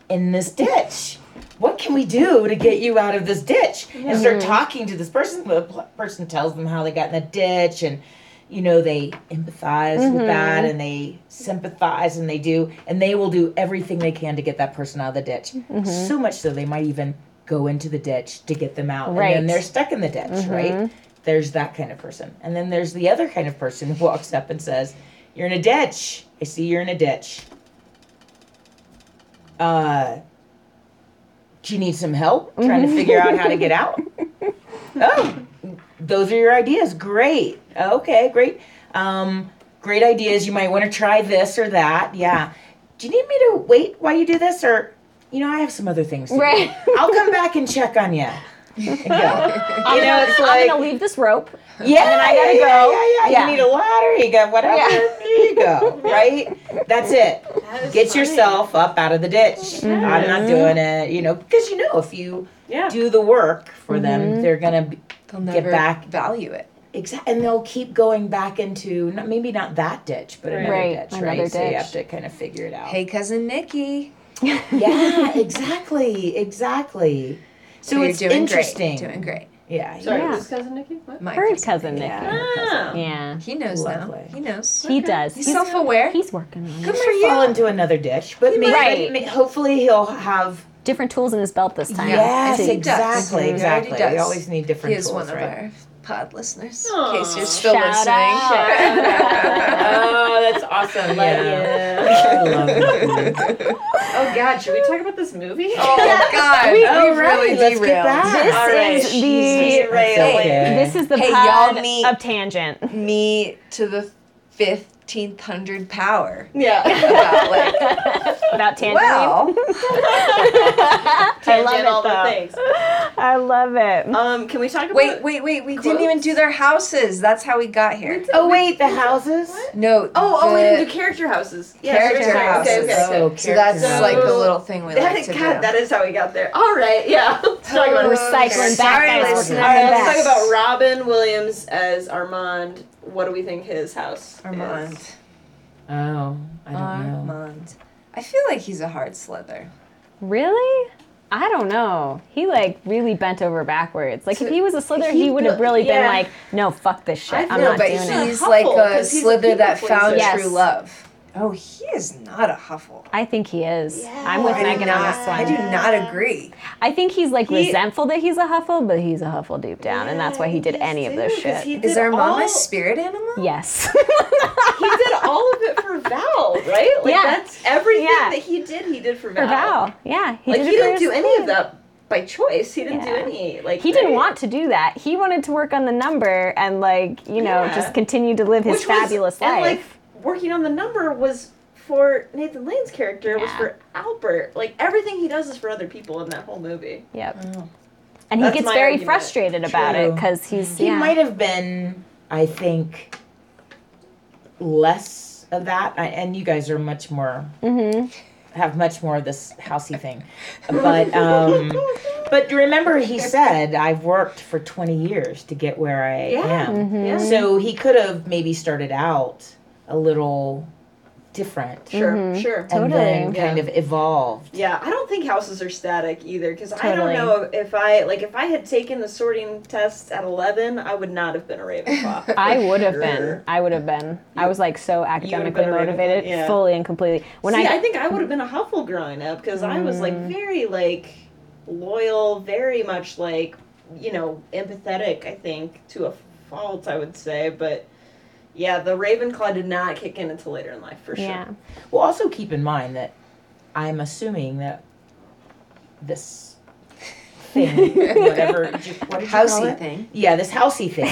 Speaker 8: in this ditch. What can we do to get you out of this ditch? And start talking to this person. The pl- person tells them how they got in the ditch and you know they empathize with that and they sympathize and they do and they will do everything they can to get that person out of the ditch so much so they might even go into the ditch to get them out and
Speaker 6: Right.
Speaker 8: then they're stuck in the ditch right there's that kind of person and then there's the other kind of person who walks up and says you're in a ditch i see you're in a ditch
Speaker 6: Mm-hmm. (laughs)
Speaker 8: uh do you need some help trying to figure out how to get out oh, those are your ideas. Great. Okay, great. Um, great ideas. You might want to try this or that. Yeah. Do you need me to wait while you do this, or you know, I have some other things. To do.
Speaker 6: Right.
Speaker 8: (laughs) I'll come back and check on you.
Speaker 6: (laughs)
Speaker 8: And go.
Speaker 6: I'm,
Speaker 8: You know,
Speaker 6: gonna,
Speaker 8: it's
Speaker 6: I'm
Speaker 8: like
Speaker 6: gonna leave this rope.
Speaker 8: yeah,
Speaker 6: and then I gotta
Speaker 8: yeah,
Speaker 6: go.
Speaker 8: Yeah, yeah,
Speaker 6: Yeah.
Speaker 8: You need a ladder. You got whatever.
Speaker 6: Yeah.
Speaker 8: There you go. Right. That's it. Get yourself up out of the ditch. I'm not doing it. You know, because you know if you
Speaker 7: Yeah.
Speaker 8: do the work for them, they're gonna be,
Speaker 3: They'll
Speaker 8: Get
Speaker 3: never
Speaker 8: back.
Speaker 3: value it.
Speaker 8: exactly, and they'll keep going back into not, maybe not that ditch, but another
Speaker 6: Right,
Speaker 8: ditch.
Speaker 6: another
Speaker 8: right. So you
Speaker 6: ditch.
Speaker 8: have to kind of figure it out.
Speaker 3: Hey, cousin Nikki.
Speaker 8: Yeah. exactly. Exactly. So,
Speaker 3: you're
Speaker 8: it's
Speaker 3: doing
Speaker 8: interesting.
Speaker 3: Great. Doing great.
Speaker 8: Yeah.
Speaker 7: Sorry,
Speaker 6: Yeah.
Speaker 7: who's cousin Nikki? What?
Speaker 3: My
Speaker 6: Her
Speaker 3: cousin.
Speaker 6: cousin Nick.
Speaker 8: Yeah.
Speaker 7: Ah. (laughs)
Speaker 6: Yeah.
Speaker 3: He knows now.
Speaker 8: Lovely.
Speaker 3: He knows.
Speaker 6: He does.
Speaker 3: He's self-aware.
Speaker 6: He's working on it.
Speaker 8: Good for Fall into another ditch, but maybe,
Speaker 6: Right.
Speaker 8: may- hopefully he'll have.
Speaker 6: Different tools in his belt this time.
Speaker 3: Yeah. I
Speaker 8: Yes,
Speaker 3: think he does.
Speaker 8: exactly,
Speaker 3: He already
Speaker 8: exactly.
Speaker 3: does.
Speaker 8: We always need different
Speaker 3: He is
Speaker 8: tools,
Speaker 3: one of
Speaker 8: right?
Speaker 3: our pod listeners.
Speaker 7: Aw.
Speaker 3: In case you're still
Speaker 6: Shout
Speaker 3: listening.
Speaker 6: out.
Speaker 7: Oh, that's awesome.
Speaker 8: (laughs) I love that.
Speaker 7: Oh God, should we talk about this movie?
Speaker 3: (laughs) Oh God! We,
Speaker 8: All
Speaker 3: have really
Speaker 8: right, let's get
Speaker 3: derailed.
Speaker 8: back.
Speaker 6: This
Speaker 7: All right,
Speaker 6: is the
Speaker 8: That's okay.
Speaker 6: this is the
Speaker 3: Hey,
Speaker 6: pod
Speaker 3: y'all meet-
Speaker 6: of tangent. (laughs)
Speaker 3: Me to the fifteenth hundred power.
Speaker 7: (laughs) Yeah.
Speaker 3: About like,
Speaker 6: About tangent.
Speaker 3: well,
Speaker 6: I love
Speaker 7: Tangent,
Speaker 6: it
Speaker 7: all the
Speaker 6: though.
Speaker 7: things.
Speaker 6: I love it.
Speaker 7: Um, can we talk about?
Speaker 3: wait, wait, wait. We didn't even do their houses. That's how we got here.
Speaker 8: Oh wait, the houses.
Speaker 3: No.
Speaker 7: Oh, oh, we
Speaker 3: the-
Speaker 7: didn't do character houses. Yeah,
Speaker 3: Character
Speaker 7: sorry, sorry, Okay, okay,
Speaker 3: houses.
Speaker 7: okay.
Speaker 8: Oh,
Speaker 3: So that's
Speaker 8: character
Speaker 3: like the
Speaker 7: So-
Speaker 3: little thing we
Speaker 7: That-
Speaker 3: like to
Speaker 7: God,
Speaker 3: do. Oh,
Speaker 7: that is how we got there. All right, yeah. (laughs) Let's talk about-
Speaker 6: We're
Speaker 7: All
Speaker 6: cycling back.
Speaker 3: Sorry,
Speaker 6: guys.
Speaker 3: listeners.
Speaker 6: We're
Speaker 7: right,
Speaker 6: coming
Speaker 7: let's talk
Speaker 6: back.
Speaker 7: about Robin Williams as Armand. What do we think his house?
Speaker 3: Armand.
Speaker 7: Is?
Speaker 8: Oh, I don't know.
Speaker 3: Armand. I feel like he's a hard slither.
Speaker 6: Really? I don't know. He like really bent over backwards. Like if he was a slither, he,
Speaker 7: he
Speaker 6: would have
Speaker 7: bu-
Speaker 6: really been
Speaker 7: yeah.
Speaker 6: like, no, fuck this shit.
Speaker 7: I
Speaker 6: I'm
Speaker 7: know,
Speaker 6: not
Speaker 3: but
Speaker 6: doing
Speaker 7: he-
Speaker 6: it.
Speaker 3: he's
Speaker 7: a
Speaker 3: like
Speaker 7: huffle,
Speaker 3: a
Speaker 7: 'cause he's a
Speaker 3: slither that
Speaker 7: people
Speaker 3: found
Speaker 6: pleaser.
Speaker 3: true
Speaker 6: Yes.
Speaker 3: love. Oh, he is not a huffle.
Speaker 6: I think he is. I'm with
Speaker 3: I do
Speaker 6: Megan on
Speaker 3: not-
Speaker 6: this
Speaker 3: I do
Speaker 6: one.
Speaker 3: not agree.
Speaker 6: I, think he's like resentful that he's a huffle, but he's a huffle deep down, and that's why he did any of this shit.
Speaker 3: Is our mom
Speaker 7: all-
Speaker 3: a spirit animal? (laughs)
Speaker 6: yes.
Speaker 7: He did all of it for
Speaker 6: (laughs)
Speaker 7: Val, right? Like
Speaker 6: Yeah.
Speaker 7: that's everything
Speaker 6: Yeah.
Speaker 7: that he did. He did for Val.
Speaker 6: For Val. Yeah. He
Speaker 7: Like
Speaker 6: did
Speaker 7: he
Speaker 6: it for
Speaker 7: didn't do
Speaker 6: his
Speaker 7: any of
Speaker 6: kid.
Speaker 7: that by choice. He didn't do
Speaker 6: Yeah.
Speaker 7: any. Like
Speaker 6: He didn't
Speaker 7: right?
Speaker 6: want to do that. He wanted to work on the number and like, you know,
Speaker 7: Yeah.
Speaker 6: just continue to live his
Speaker 7: Which was-
Speaker 6: fabulous life.
Speaker 7: And like working on the number was for Nathan Lane's character was
Speaker 6: Yeah.
Speaker 7: for Albert. Like everything he does is for other people in that whole movie.
Speaker 6: Yep. And he
Speaker 7: oh. That's
Speaker 6: gets
Speaker 7: my
Speaker 6: very
Speaker 7: argument.
Speaker 6: frustrated about it
Speaker 8: True.
Speaker 6: because he's
Speaker 8: He
Speaker 6: yeah.
Speaker 8: might have been, I think, less of that. I, and you guys are much more have much more of this housey thing. But um, but remember, he said, "I've worked for twenty years to get where I
Speaker 7: Yeah.
Speaker 8: am."
Speaker 6: Hmm.
Speaker 7: Yeah.
Speaker 8: So he could have maybe started out a little different
Speaker 7: Sure,
Speaker 6: Mm-hmm.
Speaker 7: sure.
Speaker 8: and then
Speaker 7: Totally.
Speaker 8: kind
Speaker 7: Yeah.
Speaker 8: of evolved.
Speaker 7: Yeah, I don't think houses are static either because I don't
Speaker 8: Totally.
Speaker 7: know if I like if I had taken the sorting test at 11, I would not have been
Speaker 6: (laughs)
Speaker 7: a Ravenclaw.
Speaker 6: I would have been.
Speaker 7: Sure.
Speaker 6: I would have been. I was like so academically
Speaker 7: been a Ravenclaw,
Speaker 6: motivated,
Speaker 7: yeah.
Speaker 6: fully and completely. When
Speaker 7: See,
Speaker 6: I,
Speaker 7: I, think I would have been a Huffle growing up because I was like very like loyal, very much like you know empathetic. I think to a fault, I would say, but yeah, the Ravenclaw did not kick in until later in life for sure.
Speaker 6: (laughs)
Speaker 7: (laughs)
Speaker 6: yeah,
Speaker 8: Well, also keep in mind that I'm assuming that this thing, whatever, did you- what did you call
Speaker 3: Housey
Speaker 8: it?
Speaker 3: thing.
Speaker 8: Yeah, this housey thing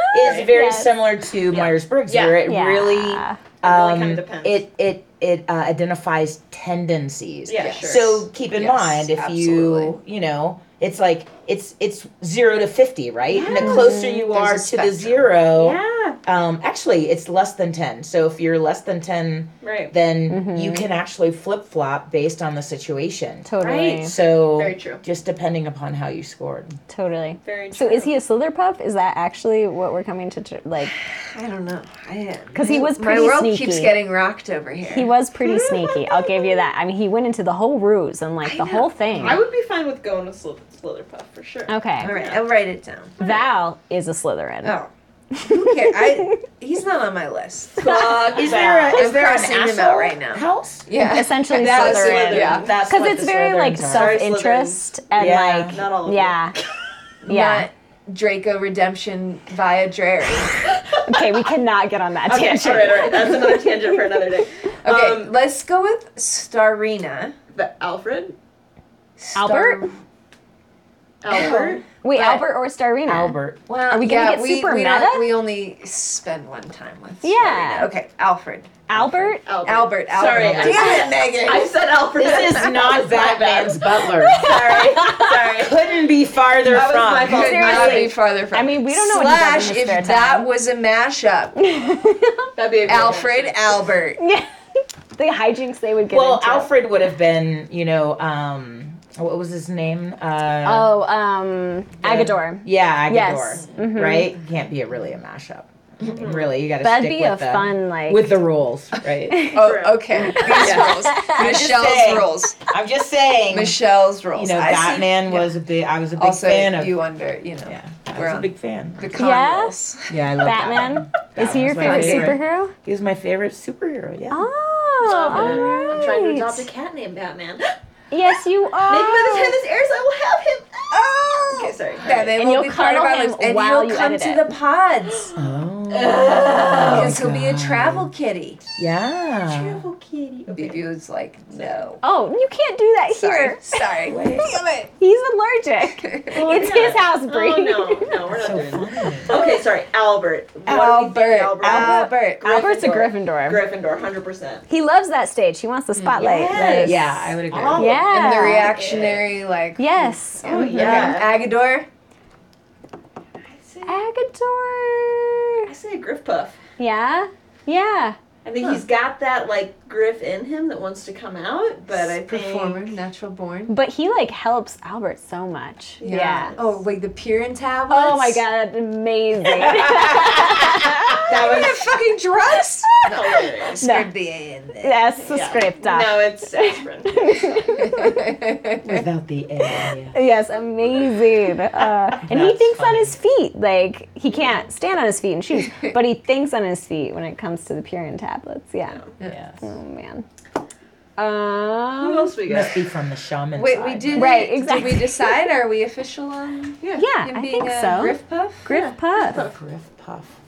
Speaker 6: (laughs)
Speaker 8: is very
Speaker 6: Yes.
Speaker 8: similar to Myers Briggs,
Speaker 7: Yeah.
Speaker 8: where it
Speaker 6: Yeah.
Speaker 8: really,
Speaker 6: It
Speaker 8: um,
Speaker 7: kinda depends.
Speaker 8: it it it uh, identifies tendencies.
Speaker 7: Yeah, sure.
Speaker 8: So keep in
Speaker 3: Yes,
Speaker 8: mind if
Speaker 3: absolutely.
Speaker 8: you you know it's like it's it's zero to fifty, right? And the closer you
Speaker 3: There's a
Speaker 8: are to the
Speaker 3: spectrum.
Speaker 8: zero,
Speaker 7: Yeah,
Speaker 8: um, actually it's less than ten. So if you're less than ten
Speaker 7: right.
Speaker 8: then you can actually flip flop based on the situation.
Speaker 6: totally,
Speaker 7: Right.
Speaker 8: So
Speaker 7: Very true.
Speaker 8: Just depending upon how you
Speaker 7: (laughs)
Speaker 8: scored.
Speaker 6: totally.
Speaker 7: Very
Speaker 6: So
Speaker 7: true.
Speaker 6: is he a Slitherpuff? Is that actually what we're coming to tr- like?
Speaker 3: I don't know. Because
Speaker 6: 'Cause he was
Speaker 3: My
Speaker 6: pretty
Speaker 3: world
Speaker 6: sneaky.
Speaker 3: keeps getting rocked over here.
Speaker 6: He was
Speaker 7: (laughs)
Speaker 6: pretty sneaky. I'll give you that. I mean, he went into the whole ruse and like the whole thing.
Speaker 7: I would be fine with going with Slither- Slitherpuff for sure.
Speaker 6: okay,
Speaker 3: All right, I'll write it down.
Speaker 6: Val is a Slytherin.
Speaker 3: Oh, okay. I he's not on my
Speaker 6: (laughs)
Speaker 3: list.
Speaker 8: is there a,
Speaker 3: I'm crossing him out right now.
Speaker 8: house?
Speaker 3: Yeah,
Speaker 6: Essentially
Speaker 3: That's
Speaker 6: Slytherin.
Speaker 3: Slytherin. Yeah.
Speaker 8: That's
Speaker 6: Because
Speaker 8: what
Speaker 6: it's
Speaker 8: the
Speaker 6: very like
Speaker 8: Slytherins are.
Speaker 7: Sorry,
Speaker 6: self-interest and
Speaker 8: Yeah.
Speaker 6: like
Speaker 7: Not all of (laughs)
Speaker 6: yeah, yeah.
Speaker 3: Not Draco redemption via Drary.
Speaker 6: okay, we cannot get on that
Speaker 7: Okay,
Speaker 6: tangent.
Speaker 7: all right, all right. That's another tangent for another day.
Speaker 3: Okay,
Speaker 7: Um,
Speaker 3: let's go with Starina.
Speaker 7: but Alfred,
Speaker 3: Star-
Speaker 6: Albert?
Speaker 7: Albert.
Speaker 6: Wait, Albert or Starina?
Speaker 8: Albert.
Speaker 6: Well, are we gonna get
Speaker 3: we,
Speaker 6: super
Speaker 3: we
Speaker 6: meta?
Speaker 3: don't- we only spend one time with.
Speaker 6: Yeah.
Speaker 3: Serena. Okay, Alfred.
Speaker 6: Albert.
Speaker 7: Albert.
Speaker 3: Albert. Albert.
Speaker 7: Sorry, I
Speaker 3: Damn it,
Speaker 7: said-
Speaker 3: Megan.
Speaker 7: I said Alfred. (laughs)
Speaker 8: This is not Batman's butler.
Speaker 7: Sorry, sorry.
Speaker 8: Couldn't be farther
Speaker 7: That was
Speaker 8: from.
Speaker 7: my fault.
Speaker 3: Could not
Speaker 6: Seriously.
Speaker 3: be farther from.
Speaker 6: I mean, we don't know what he does
Speaker 3: Slash,
Speaker 6: in his
Speaker 3: if
Speaker 6: spare
Speaker 3: that
Speaker 6: time.
Speaker 3: was a
Speaker 6: (laughs)
Speaker 3: mashup,
Speaker 7: That'd be a great
Speaker 3: Alfred,
Speaker 7: answer.
Speaker 3: Albert.
Speaker 6: Yeah. (laughs) the hijinks they would get
Speaker 8: well,
Speaker 6: into.
Speaker 8: Alfred would have been, you know, um, what was his name? Uh,
Speaker 6: Oh, um, Agador.
Speaker 8: yeah, Agador. Mm-hmm.
Speaker 6: Yes. Mhm.
Speaker 8: Right? Can't be a, really a mashup. Really, you got to
Speaker 6: That'd
Speaker 8: stick
Speaker 6: be
Speaker 8: with
Speaker 6: a
Speaker 8: the,
Speaker 6: fun like.
Speaker 8: with the rules,
Speaker 3: (laughs)
Speaker 8: right?
Speaker 3: Oh,
Speaker 6: (laughs)
Speaker 3: okay. These
Speaker 8: Yeah.
Speaker 3: rules.
Speaker 8: just
Speaker 3: Michelle's
Speaker 8: saying.
Speaker 3: rules.
Speaker 8: I'm just saying.
Speaker 3: Michelle's rules.
Speaker 8: you know,
Speaker 3: I see-
Speaker 8: Batman
Speaker 3: yeah.
Speaker 8: was a big. I was a big
Speaker 3: also
Speaker 8: fan of.
Speaker 3: you under. You know,
Speaker 8: yeah, I
Speaker 3: we're
Speaker 8: was a
Speaker 3: on-
Speaker 8: big fan.
Speaker 3: the con
Speaker 6: Yeah? (laughs)
Speaker 3: rules.
Speaker 8: Yeah, I love
Speaker 6: Batman. Is he your
Speaker 8: Batman's my
Speaker 6: favorite,
Speaker 8: favorite.
Speaker 6: superhero?
Speaker 8: He was my favorite superhero. Yeah.
Speaker 6: Oh, all
Speaker 7: I'm trying to adopt a
Speaker 6: right.
Speaker 7: cat named Batman. Maybe
Speaker 6: Yes, you are.
Speaker 7: by the time this airs, I will have him. Oh. Okay, sorry.
Speaker 3: Oh. That they
Speaker 6: And
Speaker 3: will
Speaker 6: you'll
Speaker 3: be part of
Speaker 6: cuddle
Speaker 3: our
Speaker 6: him
Speaker 3: lives, and
Speaker 6: while
Speaker 3: you'll
Speaker 6: you
Speaker 3: come
Speaker 6: edit
Speaker 3: to
Speaker 6: it.
Speaker 3: the pods
Speaker 8: Oh,
Speaker 3: because he'll be a
Speaker 8: God.
Speaker 3: travel kitty.
Speaker 8: Yeah.
Speaker 7: Travel kitty. Okay.
Speaker 3: Bibi was like, no.
Speaker 6: Oh, you can't do that
Speaker 3: Sorry,
Speaker 6: here. (laughs)
Speaker 3: sorry. Damn it. (laughs)
Speaker 6: He's allergic. it's
Speaker 7: Oh, yeah.
Speaker 6: his house, Bree.
Speaker 7: Oh no, no, we're not
Speaker 8: So
Speaker 7: doing that.
Speaker 8: funny.
Speaker 7: Okay, sorry, Albert. What do we think
Speaker 3: Albert,
Speaker 7: Albert.
Speaker 3: Albert.
Speaker 6: (laughs) Albert's a Gryffindor.
Speaker 7: Gryffindor, hundred percent.
Speaker 6: He loves that stage. He wants the spotlight.
Speaker 7: Yes.
Speaker 8: Yeah, I would agree.
Speaker 7: Oh,
Speaker 6: Yeah.
Speaker 3: And the reactionary, like,
Speaker 6: Yes.
Speaker 7: Oh
Speaker 3: yeah.
Speaker 7: yeah.
Speaker 3: Agador.
Speaker 7: I say, I
Speaker 6: Agador.
Speaker 7: say a Griff Puff.
Speaker 6: Yeah. Yeah.
Speaker 7: I think he's got that like Griff in him that wants to come out, but I think
Speaker 3: Performer, natural born.
Speaker 6: But he like helps Albert so much. Yeah.
Speaker 3: Oh, like the Purin tablets.
Speaker 6: Oh my god,
Speaker 7: (laughs)
Speaker 6: amazing. (laughs)
Speaker 3: That was a (laughs) fucking
Speaker 7: (laughs)
Speaker 3: drugs.
Speaker 7: hilarious.
Speaker 6: No.
Speaker 3: Scribbly in there.
Speaker 6: That's the
Speaker 7: Yeah.
Speaker 6: script.
Speaker 3: uh.
Speaker 6: doc.
Speaker 7: No, it's it's
Speaker 3: (laughs)
Speaker 7: Brendan.
Speaker 8: Without the A.
Speaker 6: Yes,
Speaker 7: (laughs)
Speaker 6: amazing. Uh, and he
Speaker 8: That's
Speaker 6: thinks on
Speaker 8: funny.
Speaker 6: his feet. Like, he can't stand on his feet in
Speaker 7: (laughs)
Speaker 6: shoes, but he thinks on his feet when it comes to the Purian tablets. Yeah.
Speaker 8: Yes.
Speaker 6: Oh, man.
Speaker 7: Who
Speaker 6: Um,
Speaker 7: else we got?
Speaker 8: Must be from the shaman
Speaker 3: Wait,
Speaker 8: side.
Speaker 3: we did
Speaker 6: Right,
Speaker 3: Did
Speaker 6: exactly.
Speaker 3: we decide? Are we official on
Speaker 6: yeah,
Speaker 3: him
Speaker 6: I
Speaker 3: being
Speaker 6: think
Speaker 3: a
Speaker 6: so. Griff,
Speaker 3: Griff Puff?
Speaker 6: Puff.
Speaker 8: Griff Puff.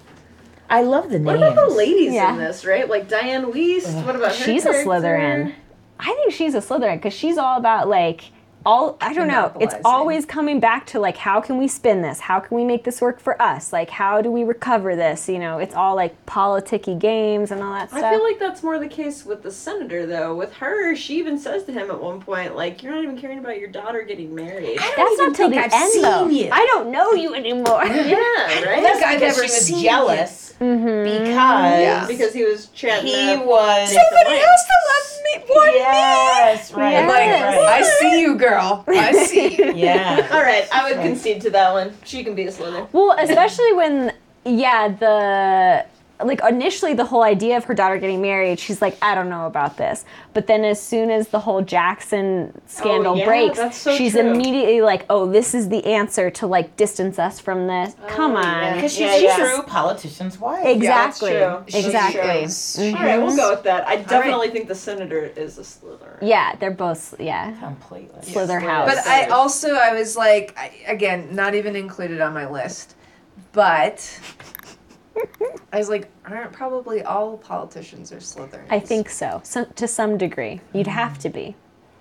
Speaker 8: I love the name.
Speaker 7: What about the ladies
Speaker 6: Yeah.
Speaker 7: in this, right? Like Diane Weist. what about her?
Speaker 6: She's a
Speaker 7: character?
Speaker 6: Slytherin. I think she's a Slytherin because she's all about, like, all, I don't know, it's
Speaker 3: Monopolizing.
Speaker 6: always coming back to, like, how can we spin this? How can we make this work for us? Like, how do we recover this? You know, it's all, like, politicky games and all that stuff.
Speaker 7: I feel like that's more the case with the senator, though. With her, she even says to him at one point, like, "You're not even caring about your daughter getting married."
Speaker 6: That's not till the
Speaker 3: I've
Speaker 6: end,
Speaker 3: seen
Speaker 6: though.
Speaker 3: you.
Speaker 6: I don't know you anymore.
Speaker 7: yeah, right.
Speaker 8: That's
Speaker 3: I've
Speaker 8: because
Speaker 3: never
Speaker 8: she was
Speaker 3: seen
Speaker 8: jealous
Speaker 6: Mm. Mm-hmm.
Speaker 8: because
Speaker 7: because he was chatting.
Speaker 8: he
Speaker 7: up.
Speaker 8: was.
Speaker 3: Somebody else that loves me. One
Speaker 8: yes, right,
Speaker 6: Yes.
Speaker 8: right,
Speaker 3: Like, I
Speaker 8: right.
Speaker 3: see you, girl. I (laughs) see you.
Speaker 8: Yeah.
Speaker 7: All right, I would concede to that one. She can be a Slytherin.
Speaker 6: Well, especially when, yeah, the like initially the whole idea of her daughter getting married, she's like, I don't know about this. But then as soon as the whole Jackson scandal
Speaker 7: Oh, yeah,
Speaker 6: breaks,
Speaker 7: that's so
Speaker 6: she's
Speaker 7: true.
Speaker 6: immediately like, Oh, this is the answer to like distance us from this. Come on.
Speaker 7: Oh, yeah.
Speaker 8: Because she's
Speaker 7: Yeah, yeah.
Speaker 8: a true politician's wife.
Speaker 6: Exactly.
Speaker 7: Yeah, that's true. She's
Speaker 6: exactly. Mm-hmm.
Speaker 3: true.
Speaker 7: All right, we'll go with that. I definitely think the senator is a Slytherin.
Speaker 6: Yeah, they're both yeah.
Speaker 8: Completely.
Speaker 6: Slither house.
Speaker 3: But I also I was like I, again not even included on my list, but I was like aren't probably all politicians are Slytherins?
Speaker 6: I think so. Some, to some degree. You'd have to be.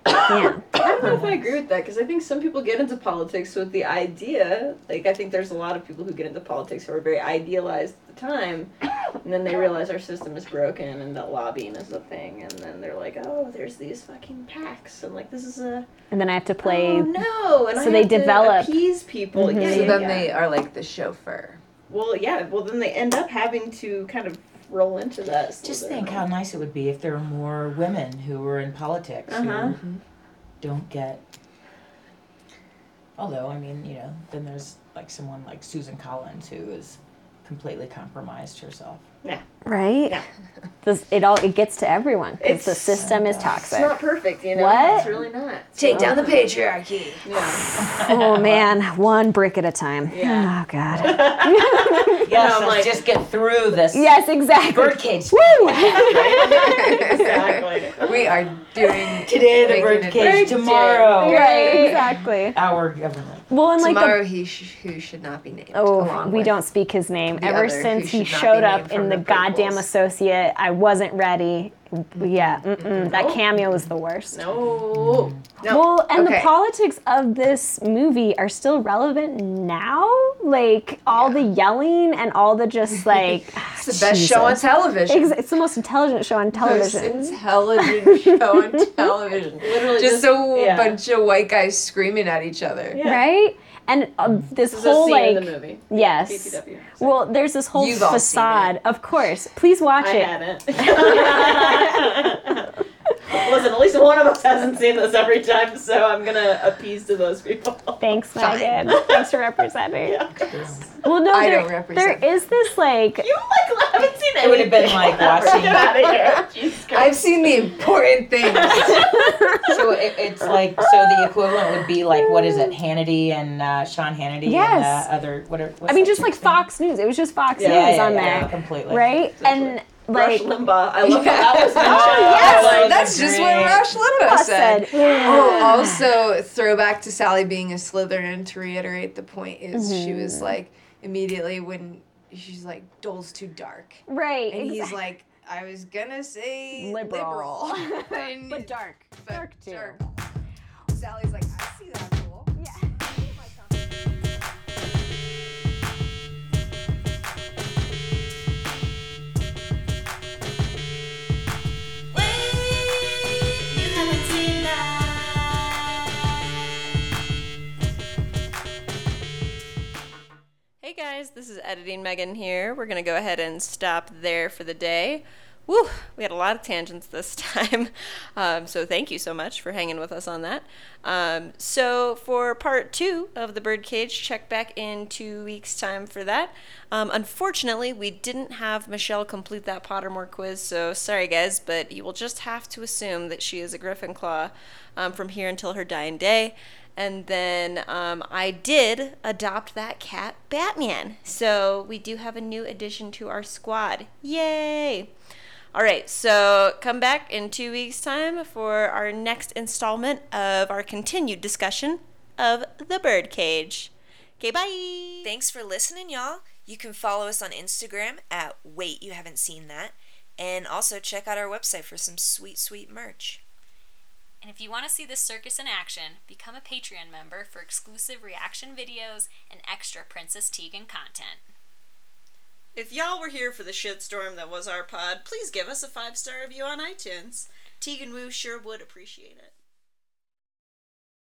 Speaker 6: Yeah.
Speaker 7: I don't know if I agree with that because I think some people get into politics with the idea. Like, I think there's a lot of people who get into politics who are very idealized at the time, and then they realize our system is broken and that lobbying is a thing, and then they're like, oh, there's these fucking packs, and like, this is a.
Speaker 6: And then I have to play
Speaker 7: Oh, no! And I
Speaker 6: so they
Speaker 7: have to
Speaker 6: develop. Mm-hmm.
Speaker 7: appease people. Yeah,
Speaker 3: So
Speaker 7: yeah,
Speaker 3: then
Speaker 7: yeah.
Speaker 3: they are like the chauffeur.
Speaker 7: Well, yeah, well, then they end up having to kind of roll into that.
Speaker 8: Just
Speaker 7: Slytherin.
Speaker 8: think how nice it would be if there were more women who were in politics
Speaker 7: Uh-huh.
Speaker 8: who don't get. Although, I mean, you know, then there's like someone like Susan Collins who is completely compromised herself.
Speaker 6: Right? This, it all it gets to everyone because the
Speaker 7: It's-
Speaker 6: system is
Speaker 7: It's
Speaker 6: toxic.
Speaker 7: not perfect, you know?
Speaker 6: What?
Speaker 7: It's really not.
Speaker 3: Take down the patriarchy.
Speaker 7: Yeah.
Speaker 3: (laughs)
Speaker 6: Oh man, one brick at a time.
Speaker 7: Yeah.
Speaker 6: Oh god.
Speaker 8: Yes,
Speaker 7: I'm
Speaker 8: let's
Speaker 7: like-
Speaker 8: just get through this
Speaker 6: Yes, exactly.
Speaker 3: (laughs)
Speaker 6: (laughs)
Speaker 8: birdcage.
Speaker 6: Woo!
Speaker 7: exactly.
Speaker 3: We are doing
Speaker 8: Today
Speaker 3: Making
Speaker 8: the
Speaker 3: it
Speaker 8: birdcage, tomorrow
Speaker 6: Right, exactly.
Speaker 8: our government.
Speaker 6: Well, and (laughs) like
Speaker 3: tomorrow
Speaker 6: the
Speaker 3: he sh- who should not be named.
Speaker 6: oh,
Speaker 3: along
Speaker 6: we
Speaker 3: with
Speaker 6: don't speak his name
Speaker 3: the
Speaker 6: ever
Speaker 3: other who
Speaker 6: since he
Speaker 3: should not be
Speaker 6: showed
Speaker 3: named
Speaker 6: up
Speaker 3: from
Speaker 6: in the goddamn associate. I wasn't ready. Yeah, mm-mm, that cameo was the worst.
Speaker 12: No.
Speaker 6: Well, and the
Speaker 3: Okay.
Speaker 6: politics of this movie are still relevant now. Like all the yelling and all
Speaker 3: (laughs)
Speaker 6: the just like it's
Speaker 3: the best show on television.
Speaker 6: It's the most intelligent show on television. (laughs)
Speaker 3: intelligent show on television.
Speaker 12: Literally
Speaker 3: just,
Speaker 12: just-
Speaker 3: a
Speaker 12: yeah.
Speaker 3: bunch of white guys screaming at each other.
Speaker 6: Right? And uh, this,
Speaker 12: This is a
Speaker 6: whole
Speaker 12: scene
Speaker 6: like
Speaker 12: in the movie.
Speaker 6: yes.
Speaker 12: BTW.
Speaker 6: Well, there's this whole
Speaker 3: You've all seen
Speaker 6: facade. Of course, please watch
Speaker 13: I
Speaker 6: it.
Speaker 13: haven't. (laughs) Listen, at least one of us hasn't seen this every time, so I'm gonna appease to those people. (laughs)
Speaker 6: Thanks,
Speaker 3: Fine.
Speaker 6: Megan. Thanks for representing. Well, no,
Speaker 3: I
Speaker 6: there-
Speaker 3: don't represent.
Speaker 6: there is this like
Speaker 13: You like haven't seen
Speaker 8: It would
Speaker 6: (laughs)
Speaker 8: have been like watching.
Speaker 13: Get out of here. Jesus Christ.
Speaker 3: I've seen the important
Speaker 6: (laughs)
Speaker 3: things.
Speaker 8: So it, it's like so the equivalent would be like what is it? Hannity and uh, Sean Hannity.
Speaker 6: Yes.
Speaker 8: And, uh, other whatever.
Speaker 6: I mean, just like Fox News. It was just Fox
Speaker 8: Yeah,
Speaker 6: News
Speaker 8: yeah,
Speaker 6: on
Speaker 8: yeah,
Speaker 6: there,
Speaker 8: completely.
Speaker 6: right? And like
Speaker 13: Rush Limbaugh. I love how that was
Speaker 6: yes.
Speaker 13: mentioned.
Speaker 3: That's just what Rush Limbaugh
Speaker 6: Rush
Speaker 3: said.
Speaker 6: said.
Speaker 3: (gasps)
Speaker 6: Ah.
Speaker 3: Oh, also throwback to Sally being a Slytherin. To reiterate, the point is
Speaker 6: Mm-hmm.
Speaker 3: she was like immediately when she's like, "Dole's too dark,"
Speaker 6: right.
Speaker 3: and he's
Speaker 6: exact-
Speaker 3: like, "I was gonna say liberal, (laughs)
Speaker 6: Liberal. (laughs)
Speaker 3: And
Speaker 6: but dark,
Speaker 3: but
Speaker 6: dark too.
Speaker 3: dark. Sally's like, "I see that." Dole."
Speaker 6: Yeah.
Speaker 7: Hey guys, this is Editing Megan here. We're going to go ahead and stop there for the day. Woo, we had a lot of tangents this (laughs) time. Um, so thank you so much for hanging with us on that. Um, so for part two of The Birdcage, check back in two weeks' time for that. Um, unfortunately, we didn't have Michelle complete that Pottermore quiz, so sorry guys, but you will just have to assume that she is a Gryffindor um, from here until her dying day. And then um, I did adopt that cat, Batman. So we do have a new addition to our squad. Yay! All right, so come back in two weeks' time for our next installment of our continued discussion of the birdcage. Okay, bye! Thanks for listening, y'all. You can follow us on Instagram at Wait You Haven't Seen That, and also check out our website for some sweet, sweet merch.
Speaker 14: And if you want to see this circus in action, become a Patreon member for exclusive reaction videos and extra Princess Tegan content.
Speaker 7: If y'all were here for the shitstorm that was our pod, please give us a five star review on iTunes. Tegan Wu sure would appreciate it.